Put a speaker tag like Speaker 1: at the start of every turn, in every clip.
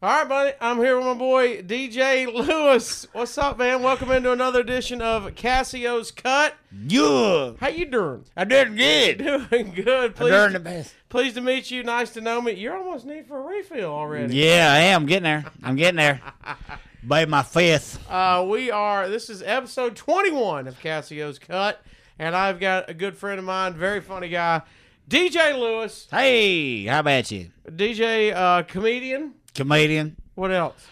Speaker 1: All right, buddy. I'm here with my boy DJ Lewis. What's up, man? Welcome into another edition of Casio's Cut.
Speaker 2: Yeah,
Speaker 1: How you doing?
Speaker 2: I did good.
Speaker 1: Doing good.
Speaker 2: I done the
Speaker 1: Pleased,
Speaker 2: best.
Speaker 1: pleased to meet you. Nice to know me. You're almost need for a refill already.
Speaker 2: Yeah, I am getting there. I'm getting there. By my fifth.
Speaker 1: Uh, we are. This is episode 21 of Casio's Cut, and I've got a good friend of mine, very funny guy, DJ Lewis,
Speaker 2: Hey, how about you,
Speaker 1: DJ uh, comedian.
Speaker 2: comedian?
Speaker 1: What else?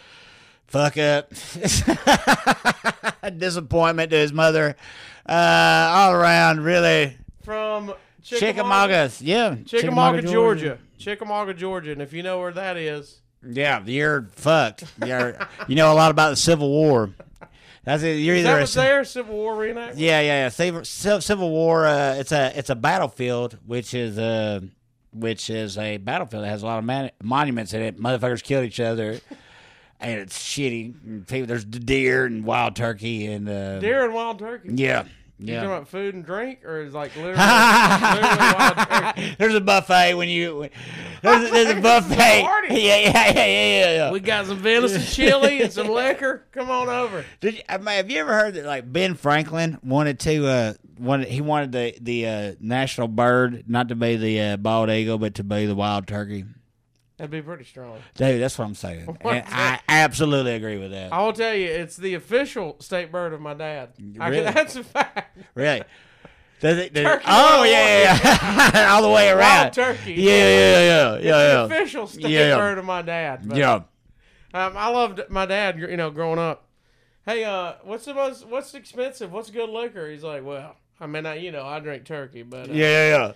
Speaker 2: Fuck up. Disappointment to his mother. Uh, all around, really.
Speaker 1: From
Speaker 2: Chickamaugas. Yeah,
Speaker 1: Chickamauga, Georgia. Chickamauga, Georgia. And if you know where that is,
Speaker 2: Yeah, you're fucked. You're, you know a lot about the Civil War. That's it. You're
Speaker 1: is
Speaker 2: either
Speaker 1: that
Speaker 2: a
Speaker 1: was there? Civil War reenactment?
Speaker 2: Yeah, yeah, yeah. Civil, Civ- Civil War. Uh, it's a it's a battlefield, which is uh, which is a battlefield that has a lot of man- monuments in it. Motherfuckers killed each other, and it's shitty. And people, there's d- deer and wild turkey and uh,
Speaker 1: Deer and wild turkey.
Speaker 2: Yeah,
Speaker 1: You talking
Speaker 2: yeah.
Speaker 1: about food and drink, or is like literally, literally wild turkey?
Speaker 2: there's a buffet when you when- there's a, there's a buffet. Yeah,
Speaker 1: party.
Speaker 2: yeah, yeah, yeah, yeah. yeah.
Speaker 1: We got some venison chili and some liquor. Come on over.
Speaker 2: Did you, I mean, have you ever heard that like Ben Franklin wanted to uh wanted he wanted the the uh, national bird not to be the uh, bald eagle but to be the wild turkey?
Speaker 1: That'd be pretty strong.
Speaker 2: Dude, that's what I'm saying. And I
Speaker 1: that?
Speaker 2: absolutely agree with that.
Speaker 1: I will tell you, it's the official state bird of my dad. I can,
Speaker 2: Really?
Speaker 1: that's a fact.
Speaker 2: Really. Does it, does it-
Speaker 1: Turkey
Speaker 2: oh
Speaker 1: wild
Speaker 2: yeah, yeah, yeah. all the way around.
Speaker 1: turkey.
Speaker 2: Yeah, yeah, yeah, yeah,
Speaker 1: The
Speaker 2: yeah,
Speaker 1: official state
Speaker 2: Yeah.
Speaker 1: bird of my dad.
Speaker 2: yeah.
Speaker 1: But, Um, I loved my dad. You know, growing up. Hey, uh, what's the most? What's expensive? What's good liquor? He's like, well, I mean, I, you know, I drink turkey, but uh,
Speaker 2: Yeah, yeah, yeah.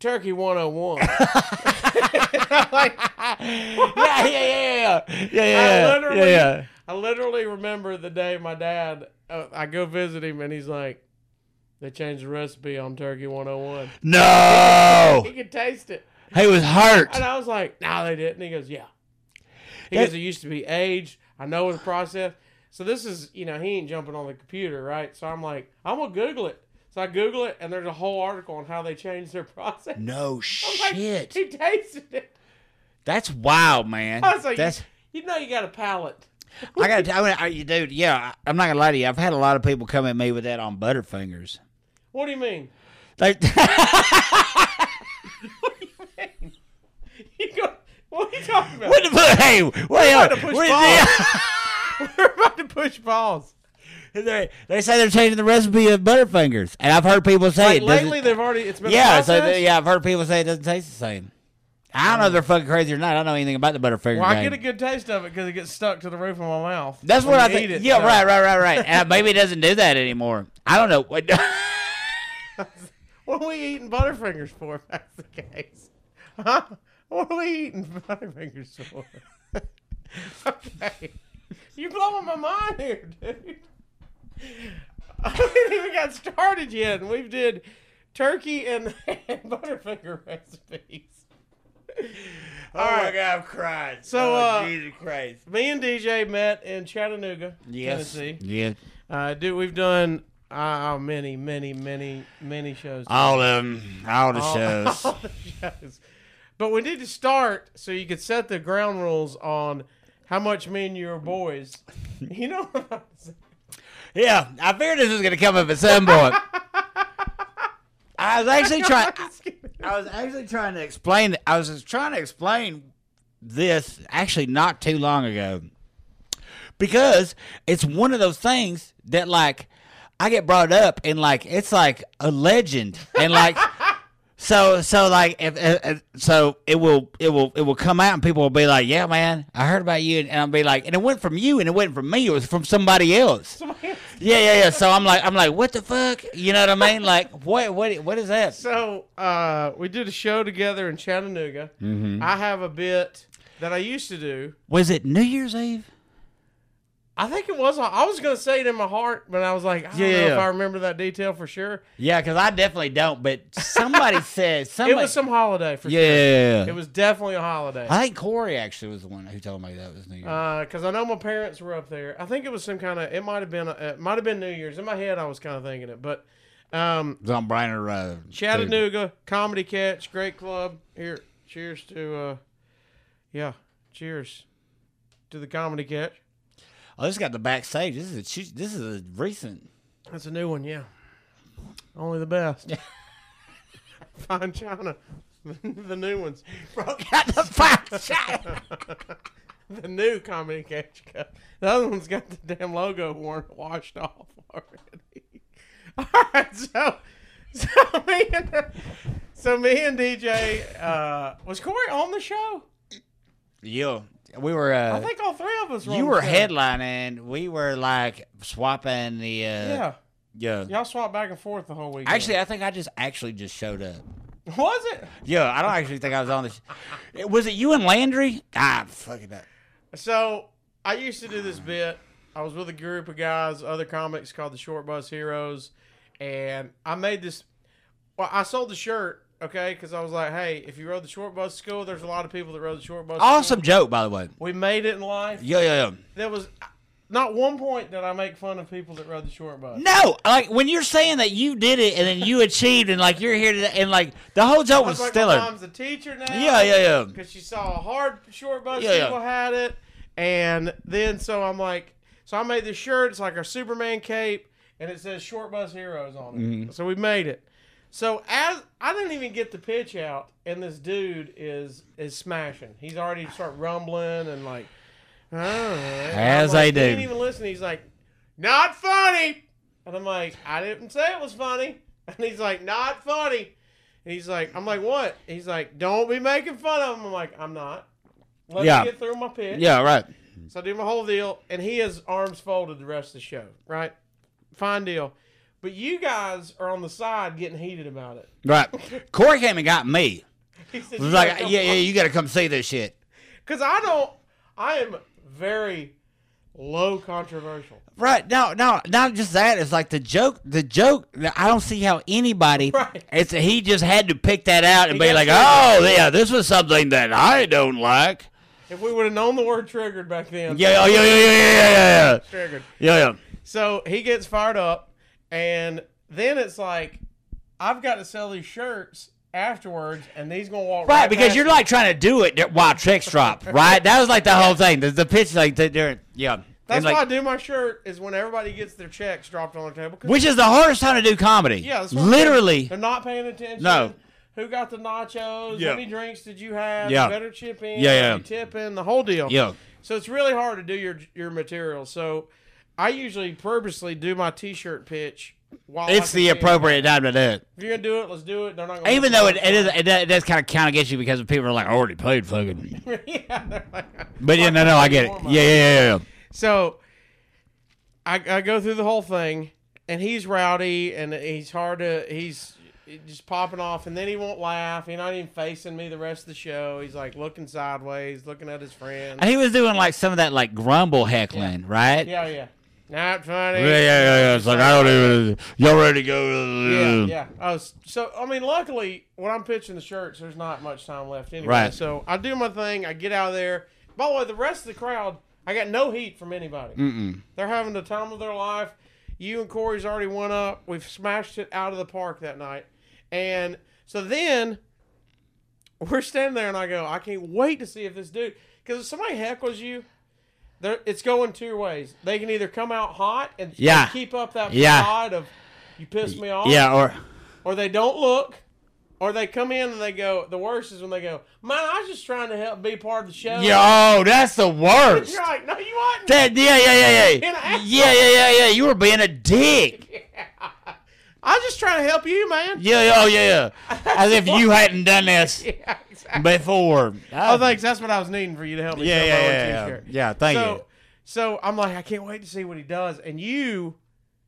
Speaker 1: Turkey 101. I'm like,
Speaker 2: yeah, yeah, yeah, yeah, yeah, yeah,
Speaker 1: I
Speaker 2: yeah, yeah,
Speaker 1: literally-
Speaker 2: yeah.
Speaker 1: I literally remember the day my dad, uh, I go visit him and he's like, they changed the recipe on Turkey 101. He
Speaker 2: No,
Speaker 1: could taste it.
Speaker 2: he was hurt.
Speaker 1: And I was like, no, they didn't. He goes, yeah. He
Speaker 2: That-
Speaker 1: goes, it used to be aged. I know the process. So this is, you know, he ain't jumping on the computer, right? So I'm like, I'm going to Google it. So I Google it and there's a whole article on how they changed their process.
Speaker 2: No
Speaker 1: I'm like,
Speaker 2: shit.
Speaker 1: He tasted it.
Speaker 2: That's wild, man.
Speaker 1: I was like,
Speaker 2: That's
Speaker 1: you know, you got a palate.
Speaker 2: I got. to I mean, I, dude. Yeah, I, I'm not gonna lie to you. I've had a lot of people come at me with that on Butterfingers.
Speaker 1: What do you mean?
Speaker 2: Like,
Speaker 1: You go, what are you talking about?
Speaker 2: what the fuck? Hey, what?
Speaker 1: about
Speaker 2: What?
Speaker 1: to push We're about to push pause.
Speaker 2: they, they say they're changing the recipe of Butterfingers, and I've heard people say
Speaker 1: Like
Speaker 2: it doesn't-
Speaker 1: lately, they've already it's been
Speaker 2: Yeah,
Speaker 1: A
Speaker 2: so
Speaker 1: process.
Speaker 2: they, yeah, I've heard people say it doesn't taste the same. I don't know if they're fucking crazy or not. I don't know anything about the Butterfinger.
Speaker 1: Well, I
Speaker 2: game.
Speaker 1: get a good taste of it because it gets stuck to the roof of my mouth.
Speaker 2: That's
Speaker 1: when
Speaker 2: what I
Speaker 1: you
Speaker 2: think.
Speaker 1: eat it,
Speaker 2: yeah,
Speaker 1: so.
Speaker 2: right, right, right, right. And maybe it doesn't do that anymore. I don't know. What-
Speaker 1: What are we eating Butterfingers for? If that's the case, huh? What are we eating Butterfingers for? okay, you're blowing my mind here, dude. I haven't even got started yet, and we've did turkey and, and Butterfinger recipes. All right.
Speaker 2: Oh God, I'm crying. Oh,
Speaker 1: So, uh,
Speaker 2: Jesus Christ.
Speaker 1: Me and DJ met in Chattanooga,
Speaker 2: Yes.
Speaker 1: Tennessee.
Speaker 2: Yeah.
Speaker 1: Uh, dude, we've done uh, many, many, many, many shows.
Speaker 2: All of them. All the shows.
Speaker 1: all the shows. Oh, But we need to start so you could set the ground rules on how much me and you are boys. You know what I'm saying?
Speaker 2: yeah. I figured this was going to come up at some point. I was actually trying. I was actually trying to explain. I was just trying to explain this actually not too long ago because it's one of those things that like I get brought up and like it's like a legend and like so so like if, if, if- so it will it will it will come out and people will be like yeah man I heard about you and, I'll be like and it went from you and it wasn't from me it was from somebody else yeah yeah yeah so I'm like I'm like what the fuck you know what I mean like what what what is that
Speaker 1: So uh, we did a show together in Chattanooga.
Speaker 2: Mm-hmm.
Speaker 1: I have a bit that I used to do.
Speaker 2: was it New Year's Eve
Speaker 1: I think it was. I was gonna say it in my heart, but I was like, I don't
Speaker 2: Yeah,
Speaker 1: know
Speaker 2: yeah.
Speaker 1: if I remember that detail for sure.
Speaker 2: Yeah, because I definitely don't. But somebody said
Speaker 1: It
Speaker 2: somebody.
Speaker 1: was some holiday for
Speaker 2: yeah,
Speaker 1: sure.
Speaker 2: yeah, yeah.
Speaker 1: It was definitely a holiday.
Speaker 2: I think Corey actually was the one who told me that was New Year's.
Speaker 1: because Uh, I know my parents were up there. I think it was some kind of. It might have been. It might have been New Year's. In my head, I was kind of thinking it, but um,
Speaker 2: it was on Brainerd Road.
Speaker 1: Chattanooga comedy catch, great club. Here, cheers to. Uh, yeah, Cheers to the comedy catch.
Speaker 2: Oh, this got the backstage. This is a chu- this is a recent.
Speaker 1: That's a new one, yeah. Only the best. Fine China. the new ones. Bro,
Speaker 2: Got the fire shot.
Speaker 1: the new comedy catch cup. The other one's got the damn logo worn washed off already. All right, so so me and so me and DJ uh, was Corey on the show.
Speaker 2: Yeah, we were.
Speaker 1: I
Speaker 2: Uh,
Speaker 1: think all three of us. Were
Speaker 2: you
Speaker 1: on the
Speaker 2: were
Speaker 1: show.
Speaker 2: headlining. We were like swapping the. Uh,
Speaker 1: Yeah,
Speaker 2: Yeah.
Speaker 1: y'all swapped back and forth the whole week.
Speaker 2: Actually, I think I just actually just showed up.
Speaker 1: was it?
Speaker 2: Yeah, I don't actually think I was on this. Was it you and Landry? Ah, fucking that.
Speaker 1: So I used to do this bit. I was with a group of guys, other comics called the Short Bus Heroes, and I made this. Well, I sold the shirt, okay, because I was like, hey, if you rode the short bus to school, there's a lot of people that rode the short bus. to
Speaker 2: Awesome
Speaker 1: school.
Speaker 2: joke, by the way.
Speaker 1: We made it in life.
Speaker 2: Yeah, yeah, yeah.
Speaker 1: There was not one point that I make fun of people that rode the short bus.
Speaker 2: No, like when you're saying that you did it and then you achieved and like you're here today and like the whole joke
Speaker 1: I
Speaker 2: was
Speaker 1: was like,
Speaker 2: stellar.
Speaker 1: my mom's a teacher now.
Speaker 2: yeah, yeah, yeah.
Speaker 1: because she saw a hard short bus.
Speaker 2: Yeah, yeah.
Speaker 1: people had it, and then so I'm like, so I made this shirt. It's like our Superman cape, and it says "Short Bus Heroes" on it.
Speaker 2: Mm-hmm.
Speaker 1: So we made it. So as I didn't even get the pitch out, and this dude is is smashing. He's already start rumbling and like, "Oh," and I'm
Speaker 2: As
Speaker 1: like,
Speaker 2: I
Speaker 1: he
Speaker 2: do.
Speaker 1: Didn't even listen. He's like, "Not funny," and I'm like, "I didn't say it was funny," and he's like, "Not funny." And he's like, I'm like, what? He's like, don't be making fun of him. I'm like, I'm not. Let
Speaker 2: Yeah.
Speaker 1: me get through my pitch.
Speaker 2: Yeah, right.
Speaker 1: So I do my whole deal, and he has arms folded the rest of the show, right? Fine deal. But you guys are on the side getting heated about it.
Speaker 2: Right. Corey came and got me.
Speaker 1: He said,
Speaker 2: Was like, yeah, yeah, you got to come see this shit.
Speaker 1: Because I don't, I am very low controversial.
Speaker 2: Right. No, no, not just that. It's like the joke, the joke. I don't see how anybody.
Speaker 1: Right.
Speaker 2: It's he just had to pick that out and
Speaker 1: He
Speaker 2: be
Speaker 1: got
Speaker 2: like, oh,
Speaker 1: triggered.
Speaker 2: yeah, this was something that I don't like.
Speaker 1: If we would have known the word triggered back then,
Speaker 2: Yeah, oh, yeah, yeah, yeah, yeah, yeah,
Speaker 1: triggered.
Speaker 2: yeah, yeah.
Speaker 1: So he gets fired up, and then it's like, I've got to sell these shirts afterwards, and he's gonna walk
Speaker 2: Right, because
Speaker 1: past
Speaker 2: you're
Speaker 1: me.
Speaker 2: like trying to do it while tricks drop. Right, that was like the whole thing. The, the pitch, like the, they're- yeah.
Speaker 1: That's
Speaker 2: And, like,
Speaker 1: why I do my shirt is when everybody gets their checks dropped on their table. 'cause-
Speaker 2: Which is the hardest time to do comedy.
Speaker 1: yeah, that's what I'm saying.
Speaker 2: literally.
Speaker 1: they're not paying attention.
Speaker 2: No.
Speaker 1: Who got the nachos?
Speaker 2: Yeah.
Speaker 1: How many drinks did you have?
Speaker 2: Yeah.
Speaker 1: You better chip in.
Speaker 2: Yeah, yeah.
Speaker 1: You tip in the whole deal.
Speaker 2: Yeah.
Speaker 1: So it's really hard to do your your material. So I usually purposely do my t-shirt pitch while I
Speaker 2: It's the
Speaker 1: can.
Speaker 2: appropriate time to do it.
Speaker 1: If you're gonna do it, let's do it. They're not gonna
Speaker 2: Even though it, it is, it, does- it does kind of count against you because people are like, I already played fucking.
Speaker 1: yeah, they're like,
Speaker 2: But yeah, no, no, I get it. Yeah, yeah, yeah, yeah.
Speaker 1: So I, I go through the whole thing, and he's rowdy, and he's hard to he's just popping off, and then he won't laugh. He's not even facing me the rest of the show. He's like looking sideways, looking at his friend.
Speaker 2: And he was doing like some of that like grumble heckling, right?
Speaker 1: Yeah, yeah, not funny.
Speaker 2: Yeah, yeah, yeah, yeah. It's like I don't even. Y'all ready to go?
Speaker 1: Yeah, yeah. I was, so I mean, luckily, when I'm pitching the shirts, there's not much time left anyway.
Speaker 2: Right.
Speaker 1: So I do my thing. I get out of there. By the way, the rest of the crowd, I got no heat from anybody.
Speaker 2: Mm-mm.
Speaker 1: They're having the time of their life. You and Corey's already went up. We've smashed it out of the park that night. And so then we're standing there, and I go, I can't wait to see if this dude, because if somebody heckles you, there it's going two ways. They can either come out hot and, and
Speaker 2: Yeah.
Speaker 1: keep up that
Speaker 2: Yeah.
Speaker 1: facade of you pissed me off,
Speaker 2: Yeah, or
Speaker 1: or they don't look. Or they come in and they go. The worst is when they go, "Man, I was just trying to help be part of the show."
Speaker 2: yo, oh, that's the worst.
Speaker 1: you're like, "No, you wasn't."
Speaker 2: That yeah yeah yeah
Speaker 1: An
Speaker 2: yeah
Speaker 1: asshole.
Speaker 2: yeah yeah yeah yeah. You were being a dick.
Speaker 1: I was just trying to help you, man.
Speaker 2: Yeah yeah oh, yeah. yeah. As if you hadn't done this
Speaker 1: Yeah, exactly.
Speaker 2: before. I-
Speaker 1: Oh, thanks. That's what I was needing for you to help me.
Speaker 2: Yeah
Speaker 1: sell
Speaker 2: yeah
Speaker 1: my own
Speaker 2: yeah yeah.
Speaker 1: t-shirt.
Speaker 2: yeah thank
Speaker 1: So, so I'm like, I can't wait to see what he does. And you,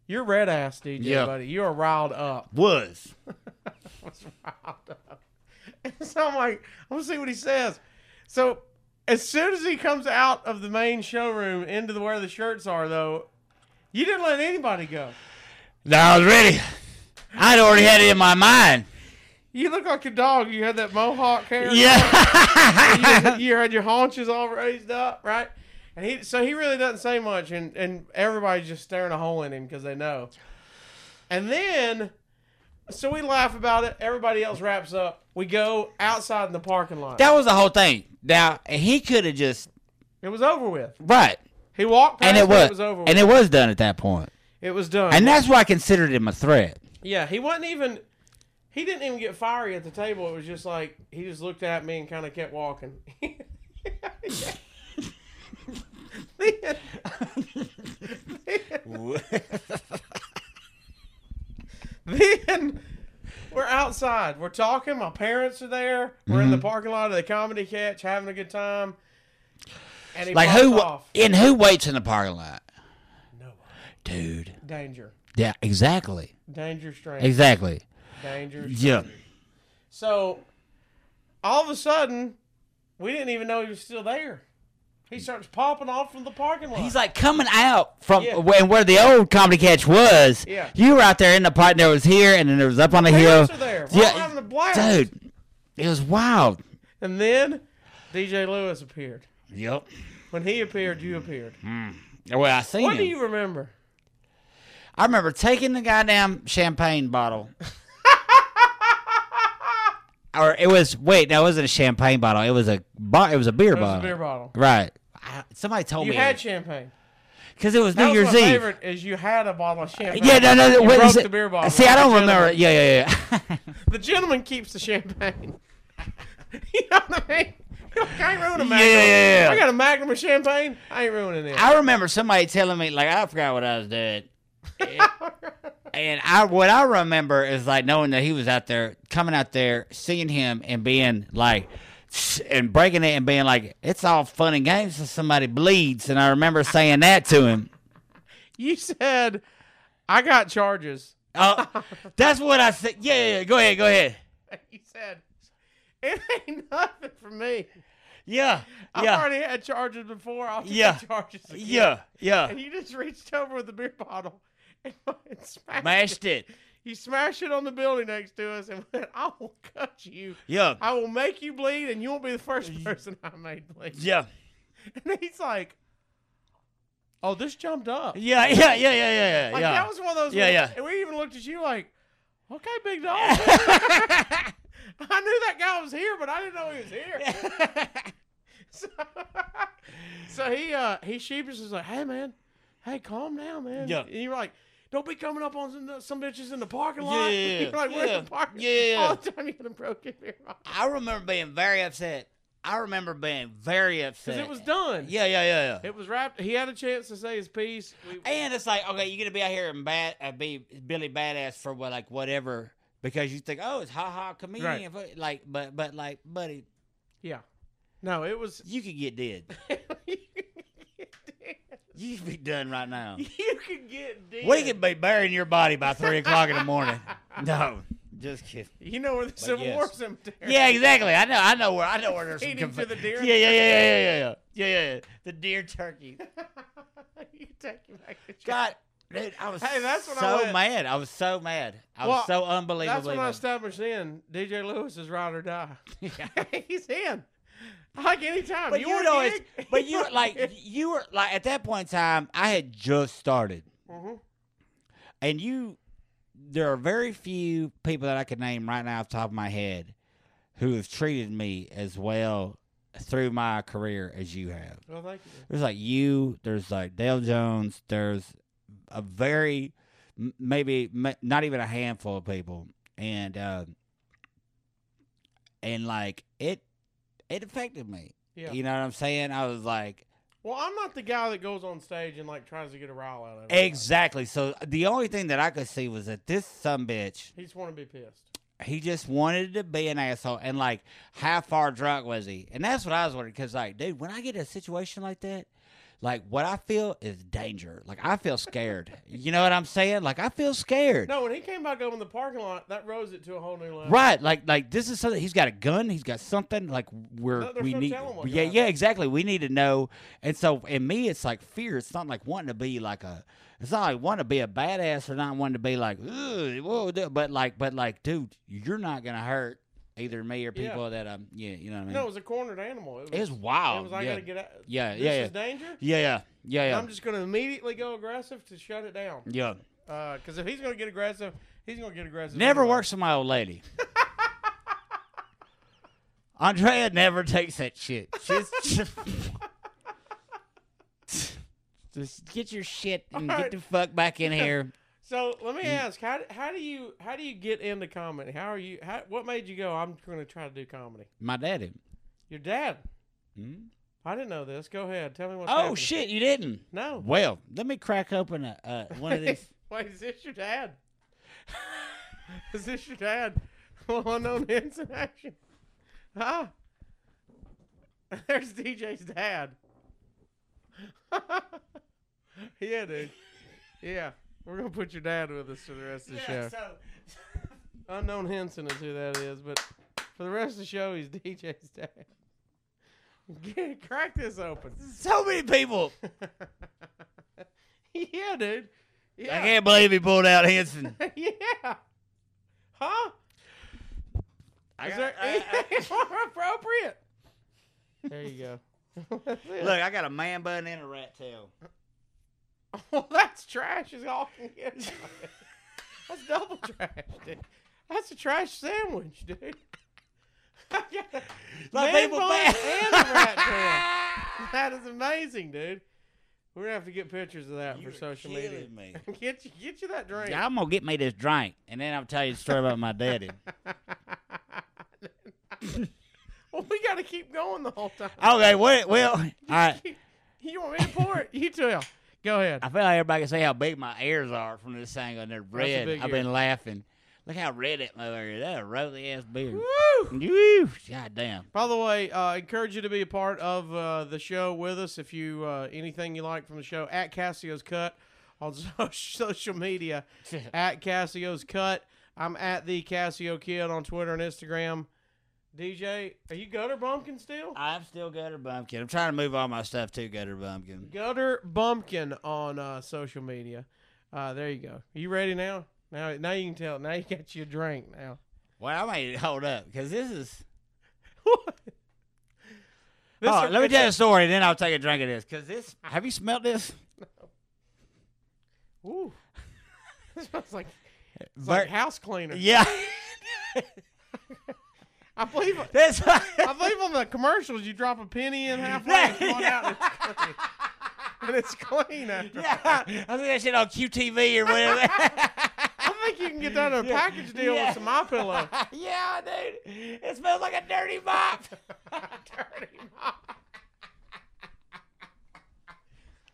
Speaker 1: you're red ass, DJ,
Speaker 2: Yeah.
Speaker 1: buddy. You are riled up.
Speaker 2: you. Was
Speaker 1: was riled up. And so I'm like, I'm gonna see what he says. So as soon as he comes out of the main showroom into the where the shirts are, though, you didn't let anybody go.
Speaker 2: no, I was ready. I'd already had it in my mind.
Speaker 1: You look like a dog. You had that mohawk hair. you,
Speaker 2: Yeah.
Speaker 1: you had your haunches all raised up, right? And he, so he really doesn't say much, and and everybody's just staring a hole in him because they know. And then So we laugh about it. Everybody else wraps up. We go outside in the parking lot.
Speaker 2: That was the whole thing. Now he could have just
Speaker 1: it was over with.
Speaker 2: right,
Speaker 1: He walked past
Speaker 2: and it
Speaker 1: me,
Speaker 2: was,
Speaker 1: it was over with.
Speaker 2: and it was done at that point,
Speaker 1: It was done.
Speaker 2: and that's why I considered him a threat.
Speaker 1: yeah, he wasn't even. He didn't even get fiery at the table. It was just like he just looked at me and kind of kept walking. then we're outside. We're talking. My parents are there. We're in the
Speaker 2: Mm-hmm.
Speaker 1: parking lot of the comedy catch, having a good time. And he
Speaker 2: like
Speaker 1: pops
Speaker 2: who?
Speaker 1: off.
Speaker 2: And who waits in the parking lot,
Speaker 1: No
Speaker 2: dude?
Speaker 1: danger,
Speaker 2: Yeah, exactly,
Speaker 1: danger, strength,
Speaker 2: exactly.
Speaker 1: danger.
Speaker 2: Yeah,
Speaker 1: So all of a sudden, we didn't even know he was still there. He starts popping off from the parking lot.
Speaker 2: he's like coming out from
Speaker 1: Yeah.
Speaker 2: when where the old comedy catch was.
Speaker 1: Yeah.
Speaker 2: you were out there in the park. and There was here, and then there was up on the hill.
Speaker 1: parents are there. We're
Speaker 2: Yeah.
Speaker 1: having a blast.
Speaker 2: Dude, it was wild.
Speaker 1: And then DJ Lewis appeared.
Speaker 2: Yep.
Speaker 1: When he appeared, you appeared.
Speaker 2: Well, I seen
Speaker 1: What
Speaker 2: him.
Speaker 1: do you remember?
Speaker 2: I remember taking the goddamn champagne bottle. or it was wait, no, it wasn't a champagne bottle. It was a bo- it was a beer
Speaker 1: It was
Speaker 2: bottle.
Speaker 1: a beer bottle.
Speaker 2: Right. I, somebody told
Speaker 1: You
Speaker 2: me
Speaker 1: had champagne.
Speaker 2: cuz it was New
Speaker 1: That was
Speaker 2: Year's
Speaker 1: my
Speaker 2: Eve.
Speaker 1: favorite. Is you had a bottle of champagne.
Speaker 2: Yeah, no, no, no.
Speaker 1: You
Speaker 2: wait,
Speaker 1: broke
Speaker 2: see,
Speaker 1: the beer bottle.
Speaker 2: See, I don't
Speaker 1: The
Speaker 2: remember.
Speaker 1: gentleman-
Speaker 2: Yeah, yeah, yeah.
Speaker 1: The gentleman keeps the champagne. you know what I mean? I ain't ruining a
Speaker 2: Yeah,
Speaker 1: magnum.
Speaker 2: yeah, yeah.
Speaker 1: I got a magnum of champagne. I ain't ruining it.
Speaker 2: I remember somebody telling me like I forgot what I was doing. and I what I remember is like knowing that he was out there coming out there seeing him and being like and breaking it and being like it's all fun and games if somebody bleeds and I remember saying that to him.
Speaker 1: you said I got charges.
Speaker 2: Uh, that's what I said. Yeah, yeah, yeah, go ahead, go ahead.
Speaker 1: You said it ain't nothing for me.
Speaker 2: Yeah,
Speaker 1: I've
Speaker 2: yeah,
Speaker 1: already had charges before. I'll
Speaker 2: Yeah.
Speaker 1: get charges again.
Speaker 2: yeah, yeah.
Speaker 1: And you just reached over with the beer bottle and, fucking smashed
Speaker 2: Mashed it.
Speaker 1: You smashed it on the building next to us and went, I will cut you.
Speaker 2: Yeah,
Speaker 1: I will make you bleed, and you won't be the first person I made bleed.
Speaker 2: yeah,
Speaker 1: And he's like, "Oh, this jumped up."
Speaker 2: yeah, yeah, yeah, yeah, yeah, yeah.
Speaker 1: Like that was one of those.
Speaker 2: Yeah, yeah.
Speaker 1: And we even looked at you like, "Okay, big dog." I knew that guy was here, but I didn't know he was here. so, so he uh, he sheepishly was like, "Hey, man, hey, calm down, man."
Speaker 2: Yeah.
Speaker 1: And you were like. Don't be coming up on some, uh, some bitches in the parking
Speaker 2: Yeah,
Speaker 1: lot.
Speaker 2: yeah, yeah.
Speaker 1: You're like, we're
Speaker 2: Yeah,
Speaker 1: in the parking
Speaker 2: yeah, yeah, yeah.
Speaker 1: All the time you done broke your beer bottle.
Speaker 2: I remember being very upset. I remember being very upset.
Speaker 1: Because it was done.
Speaker 2: Yeah, yeah, yeah, yeah.
Speaker 1: It was wrapped. He had a chance to say his piece. We-
Speaker 2: and it's like, okay, you're gonna be out here and bad, uh, be Billy badass for what, like whatever, because you think, oh, it's ha ha comedian, like, but but like, buddy,
Speaker 1: yeah. No, it was.
Speaker 2: you could get dead. You could be done right now.
Speaker 1: you could get dead.
Speaker 2: We could be burying your body by three o'clock in the morning. No, just kidding.
Speaker 1: You know where the Civil
Speaker 2: yes.
Speaker 1: War cemetery?
Speaker 2: Yeah, exactly. I know. I know where. I know where there's some
Speaker 1: Feeding to the deer.
Speaker 2: Yeah, yeah, yeah, yeah, yeah, yeah, yeah, yeah, yeah, yeah. The deer turkey.
Speaker 1: you take him back to church.
Speaker 2: God, dude, I was
Speaker 1: Hey, that's when I
Speaker 2: so
Speaker 1: went-
Speaker 2: mad. I was so mad. I
Speaker 1: Well,
Speaker 2: was so unbelievably
Speaker 1: That's when I
Speaker 2: mad.
Speaker 1: established then DJ Lewis is ride or die. He's in. Like anytime.
Speaker 2: But
Speaker 1: you
Speaker 2: you,
Speaker 1: want a
Speaker 2: know, it's,
Speaker 1: gig?
Speaker 2: but you like you were like at that point in time, I had just started,
Speaker 1: Mhm.
Speaker 2: and you. There are very few people that I could name right now off the top of my head who have treated me as well through my career as you have.
Speaker 1: Well, thank you.
Speaker 2: there's like you there's like dale jones there's a very m- maybe m- not even a handful of people and uh and like it it affected me
Speaker 1: Yeah.
Speaker 2: you know what i'm saying i was like
Speaker 1: Well, I'm not the guy that goes on stage and like tries to get a rile out of it.
Speaker 2: exactly so the only thing that i could see was that this some bitch
Speaker 1: He just want to be pissed.
Speaker 2: he just wanted to be an asshole and like how far drunk was he and that's what i was wondering because like dude when i get in a situation like that like what i feel is danger like i feel scared you know what i'm saying like i feel scared
Speaker 1: No, when he came back up in the parking lot, that rose it to a whole new level.
Speaker 2: right like like this is something he's got a gun he's got something like we're
Speaker 1: No, there's
Speaker 2: we
Speaker 1: no
Speaker 2: need
Speaker 1: telling what could
Speaker 2: yeah
Speaker 1: happen.
Speaker 2: yeah exactly we need to know and so in me it's like fear it's not like wanting to be like a it's not like wanting to be a badass or not wanting to be like "Ugh, whoa duh," but like but like dude you're not gonna hurt either me or
Speaker 1: Yeah.
Speaker 2: people that um yeah you know what i mean
Speaker 1: No, it was a cornered animal. It was,
Speaker 2: it was
Speaker 1: it
Speaker 2: wild
Speaker 1: was, I
Speaker 2: yeah.
Speaker 1: gotta get out.
Speaker 2: yeah
Speaker 1: This
Speaker 2: yeah
Speaker 1: is
Speaker 2: yeah
Speaker 1: danger.
Speaker 2: yeah yeah yeah yeah
Speaker 1: I'm just gonna immediately go aggressive to shut it down.
Speaker 2: yeah
Speaker 1: Because if he's gonna get aggressive He's gonna get aggressive.
Speaker 2: Never
Speaker 1: anyway.
Speaker 2: works with my old lady. Andrea never takes that shit. She's just, just get your shit and
Speaker 1: Alright.
Speaker 2: get the fuck back in here.
Speaker 1: So let me ask how how do you how do you get into comedy? How are you? How, what made you go? I'm gonna try to do comedy.
Speaker 2: My daddy.
Speaker 1: Your dad.
Speaker 2: Hmm?
Speaker 1: I didn't know this. Go ahead. Tell me what's
Speaker 2: Oh
Speaker 1: happening.
Speaker 2: shit, you didn't.
Speaker 1: No.
Speaker 2: Well, let me crack open a, uh, one of these.
Speaker 1: Wait, is this your dad? is this your dad? Well, unknown hints in action. Huh? There's DJ's dad. yeah, dude. Yeah. We're going to put your dad with us for the rest of the show. Unknown Henson is who that is, but for the rest of the show, he's DJ's dad. Get, crack this open.
Speaker 2: so many people.
Speaker 1: yeah, dude. Yeah.
Speaker 2: I can't believe he pulled out Henson.
Speaker 1: yeah. Huh?
Speaker 2: I
Speaker 1: Is
Speaker 2: got-
Speaker 1: there
Speaker 2: I- I-
Speaker 1: anything more appropriate? There you go. That's it.
Speaker 2: Look, I got a man bun and a rat tail.
Speaker 1: well, that's trash. Is all I can get. That's double trash, dude. That's a trash sandwich, dude.
Speaker 2: Like
Speaker 1: Man
Speaker 2: people
Speaker 1: bun
Speaker 2: back-
Speaker 1: and a rat tail. That is amazing, dude. We're gonna have to get pictures of that
Speaker 2: You
Speaker 1: for
Speaker 2: are
Speaker 1: social media.
Speaker 2: killing me.
Speaker 1: get you, get you that drink.
Speaker 2: I'm gonna get me this drink, and then I'll tell you the story about my daddy.
Speaker 1: well, we got to keep going the whole time.
Speaker 2: Okay, wait, well, all right.
Speaker 1: You want me to pour it? You tell. Go ahead.
Speaker 2: I feel like everybody can see how big my ears are from this thing on there red.
Speaker 1: big
Speaker 2: I've
Speaker 1: ear.
Speaker 2: been laughing. Look how red that mother is. That's a rosy ass beard.
Speaker 1: Woo!
Speaker 2: Woo! God damn.
Speaker 1: By the way, uh, I encourage you to be a part of uh, the show with us. If you uh, anything you like from the show, at Cassio's Cut on so- social media, at Cassio's Cut. I'm at the Cassio Kid on Twitter and Instagram. DJ, are you gutter bumpkin still?
Speaker 2: I'm still gutter bumpkin. I'm trying to move all my stuff to gutter bumpkin.
Speaker 1: Gutter Bumpkin on uh, social media. Uh, there you go. Are you ready now? Now, now you can tell. Now you got your drink. Now,
Speaker 2: Well, I might hold up because this is.
Speaker 1: This
Speaker 2: oh,
Speaker 1: is-
Speaker 2: let me tell you a story, then I'll take a drink of this. Because this, have you smelled this?
Speaker 1: Ooh. this smells like, it's like house cleaner.
Speaker 2: yeah.
Speaker 1: I believe.
Speaker 2: That's
Speaker 1: I believe on the commercials you drop a penny in halfway and it's going out and it's clean. And it's clean after.
Speaker 2: Yeah, I think that shit on QTV or whatever.
Speaker 1: I think you can get that in a package deal
Speaker 2: Yeah.
Speaker 1: with some my pillow.
Speaker 2: yeah, dude. It smells like a dirty mop.
Speaker 1: Dirty mop.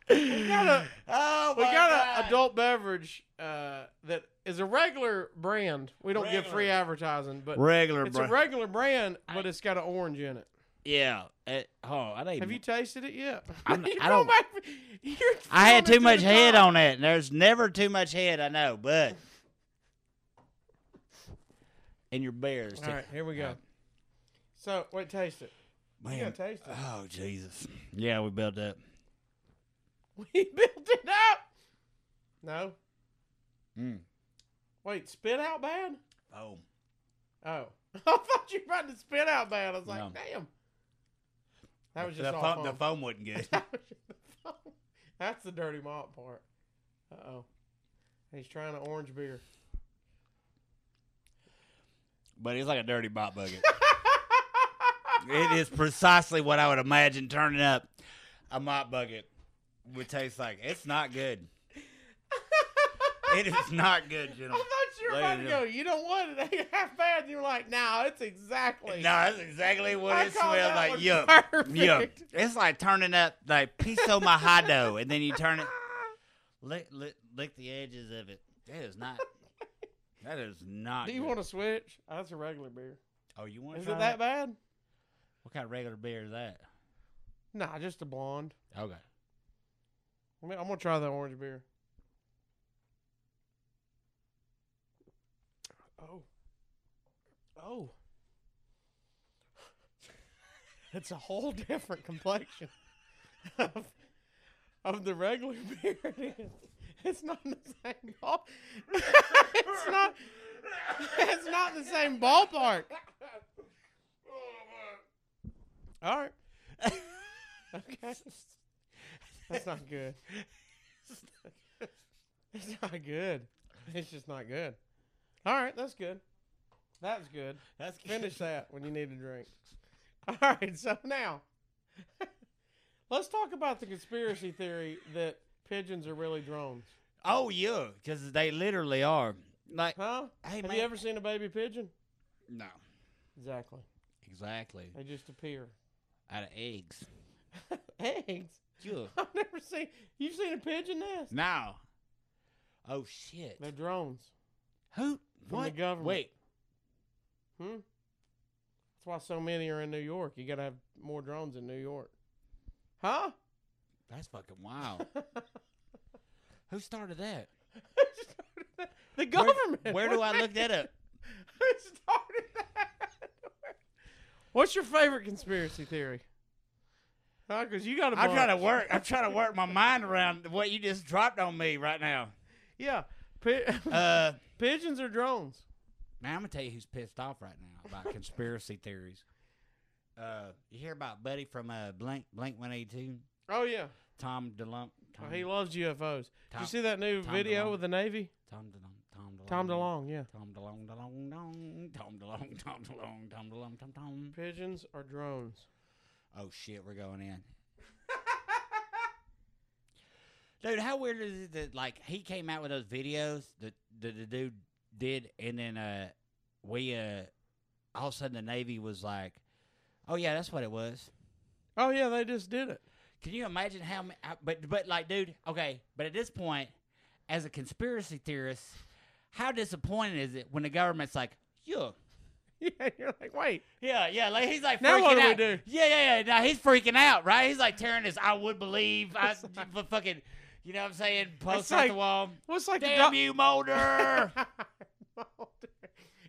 Speaker 1: We got a,
Speaker 2: Oh,
Speaker 1: we
Speaker 2: my
Speaker 1: got
Speaker 2: God.
Speaker 1: an adult beverage uh, that is a regular brand. We don't give free
Speaker 2: Regular.
Speaker 1: advertising, but
Speaker 2: regular,
Speaker 1: it's
Speaker 2: bro.
Speaker 1: a regular brand, but it's got an orange in it.
Speaker 2: yeah. It, oh, I didn't.
Speaker 1: Have you tasted it yet?
Speaker 2: I'm-
Speaker 1: You're
Speaker 2: I
Speaker 1: going
Speaker 2: don't-
Speaker 1: back- you're
Speaker 2: I had
Speaker 1: throwing it
Speaker 2: too much
Speaker 1: the
Speaker 2: head
Speaker 1: top.
Speaker 2: on that. and There's never too much head, I know, but. And your bears.
Speaker 1: All right, here we go. So wait, taste it.
Speaker 2: Man.
Speaker 1: You gotta taste it.
Speaker 2: Oh, Jesus. Yeah, we built up.
Speaker 1: We built it up. No,
Speaker 2: Mm.
Speaker 1: wait, spit out bad.
Speaker 2: Oh.
Speaker 1: Oh, I thought you were about to spit out bad. I was like,
Speaker 2: No.
Speaker 1: damn. That was
Speaker 2: The
Speaker 1: just all
Speaker 2: foam-
Speaker 1: foam.
Speaker 2: The foam wasn't good.
Speaker 1: That was just the foam. That's the dirty mop part. Uh oh. He's trying an orange beer.
Speaker 2: but it's like a dirty mop bucket. it is precisely what I would imagine turning up a mop bucket would taste like. It's not good. It is not good,
Speaker 1: I
Speaker 2: gentlemen.
Speaker 1: thought you were
Speaker 2: Ladies
Speaker 1: about to
Speaker 2: and
Speaker 1: go, you know what? It ain't half bad. And you were like, no, it's
Speaker 2: No,
Speaker 1: exactly.
Speaker 2: that's exactly what
Speaker 1: I
Speaker 2: it
Speaker 1: call
Speaker 2: smells
Speaker 1: that
Speaker 2: like.
Speaker 1: one
Speaker 2: Yuck.
Speaker 1: perfect.
Speaker 2: Yuck. It's like turning up like piso majado, and then you turn it, lick, lick, lick the edges of it. That is not. That is not.
Speaker 1: Do you
Speaker 2: good.
Speaker 1: want to switch? That's a regular beer.
Speaker 2: Oh, you want?
Speaker 1: Is it that bad?
Speaker 2: What kind of regular beer is that?
Speaker 1: Nah, just a blonde.
Speaker 2: Okay.
Speaker 1: I mean, I'm gonna try that orange beer. Oh, oh, it's a whole different complexion of, of the regular beer. It is. It's not in the same ball. it's not. It's not in the same ballpark. All right. Okay. That's not good. It's not good. It's just not good. All right, that's good. That's good.
Speaker 2: That's good.
Speaker 1: Finish that when you need a drink. All right, so now let's talk about the conspiracy theory that pigeons are really drones.
Speaker 2: Oh yeah, because they literally are. Like
Speaker 1: Huh?
Speaker 2: Hey,
Speaker 1: Have
Speaker 2: man.
Speaker 1: you ever seen a baby pigeon?
Speaker 2: no,
Speaker 1: Exactly.
Speaker 2: exactly.
Speaker 1: They just appear.
Speaker 2: Out of eggs.
Speaker 1: Eggs?
Speaker 2: Yeah.
Speaker 1: I've never seen. You've seen a pigeon nest?
Speaker 2: Now. Oh shit.
Speaker 1: They're drones.
Speaker 2: Who?
Speaker 1: From
Speaker 2: What?
Speaker 1: the government.
Speaker 2: Wait.
Speaker 1: Hmm. That's why so many are in New York. You gotta have more drones in New York. Huh?
Speaker 2: That's fucking wild. Who started that?
Speaker 1: the government.
Speaker 2: Where do I look that up?
Speaker 1: Who started that? What's your favorite conspiracy theory? Huh? Because you got a.
Speaker 2: I'm
Speaker 1: bunch.
Speaker 2: trying to work. I'm trying to work my mind around what you just dropped on me right now.
Speaker 1: Yeah. Pi-
Speaker 2: Uh,
Speaker 1: Pigeons are drones.
Speaker 2: man, I'm gonna tell you who's pissed off right now about conspiracy theories. Uh, you hear about Buddy from uh Blink Blink 182,
Speaker 1: Oh yeah.
Speaker 2: Tom DeLonge. Tom,
Speaker 1: Oh, he loves UFOs. Did
Speaker 2: Tom-
Speaker 1: you see that new
Speaker 2: Tom
Speaker 1: video
Speaker 2: DeLonge.
Speaker 1: with the Navy?
Speaker 2: Tom DeLonge.
Speaker 1: Tom
Speaker 2: Tom DeLonge.
Speaker 1: DeLong. Yeah.
Speaker 2: Tom DeLonge. DeLonge. DeLonge. Tom DeLonge. Tom DeLonge. Tom DeLonge. Tom Tom.
Speaker 1: Pigeons are drones.
Speaker 2: Oh shit, we're going in. Dude, how weird is it that like he came out with those videos that, that the dude did, and then uh we uh all of a sudden the Navy was like, "Oh yeah, that's what it was."
Speaker 1: Oh yeah, they just did it.
Speaker 2: Can you imagine how? ma- how- But but like, dude, okay, but at this point, as a conspiracy theorist, how disappointing is it when the government's like, "Yeah,
Speaker 1: Yeah, you're like, wait,
Speaker 2: Yeah, yeah. Like he's like
Speaker 1: Now
Speaker 2: freaking
Speaker 1: what do we
Speaker 2: out.
Speaker 1: do?
Speaker 2: Yeah, yeah, yeah. Now he's freaking out, right? He's like tearing his "I would believe," I f- fucking, you know what I'm saying? Post off
Speaker 1: like-
Speaker 2: the wall.
Speaker 1: what's like
Speaker 2: Damn
Speaker 1: the
Speaker 2: you, Mulder!
Speaker 1: dog?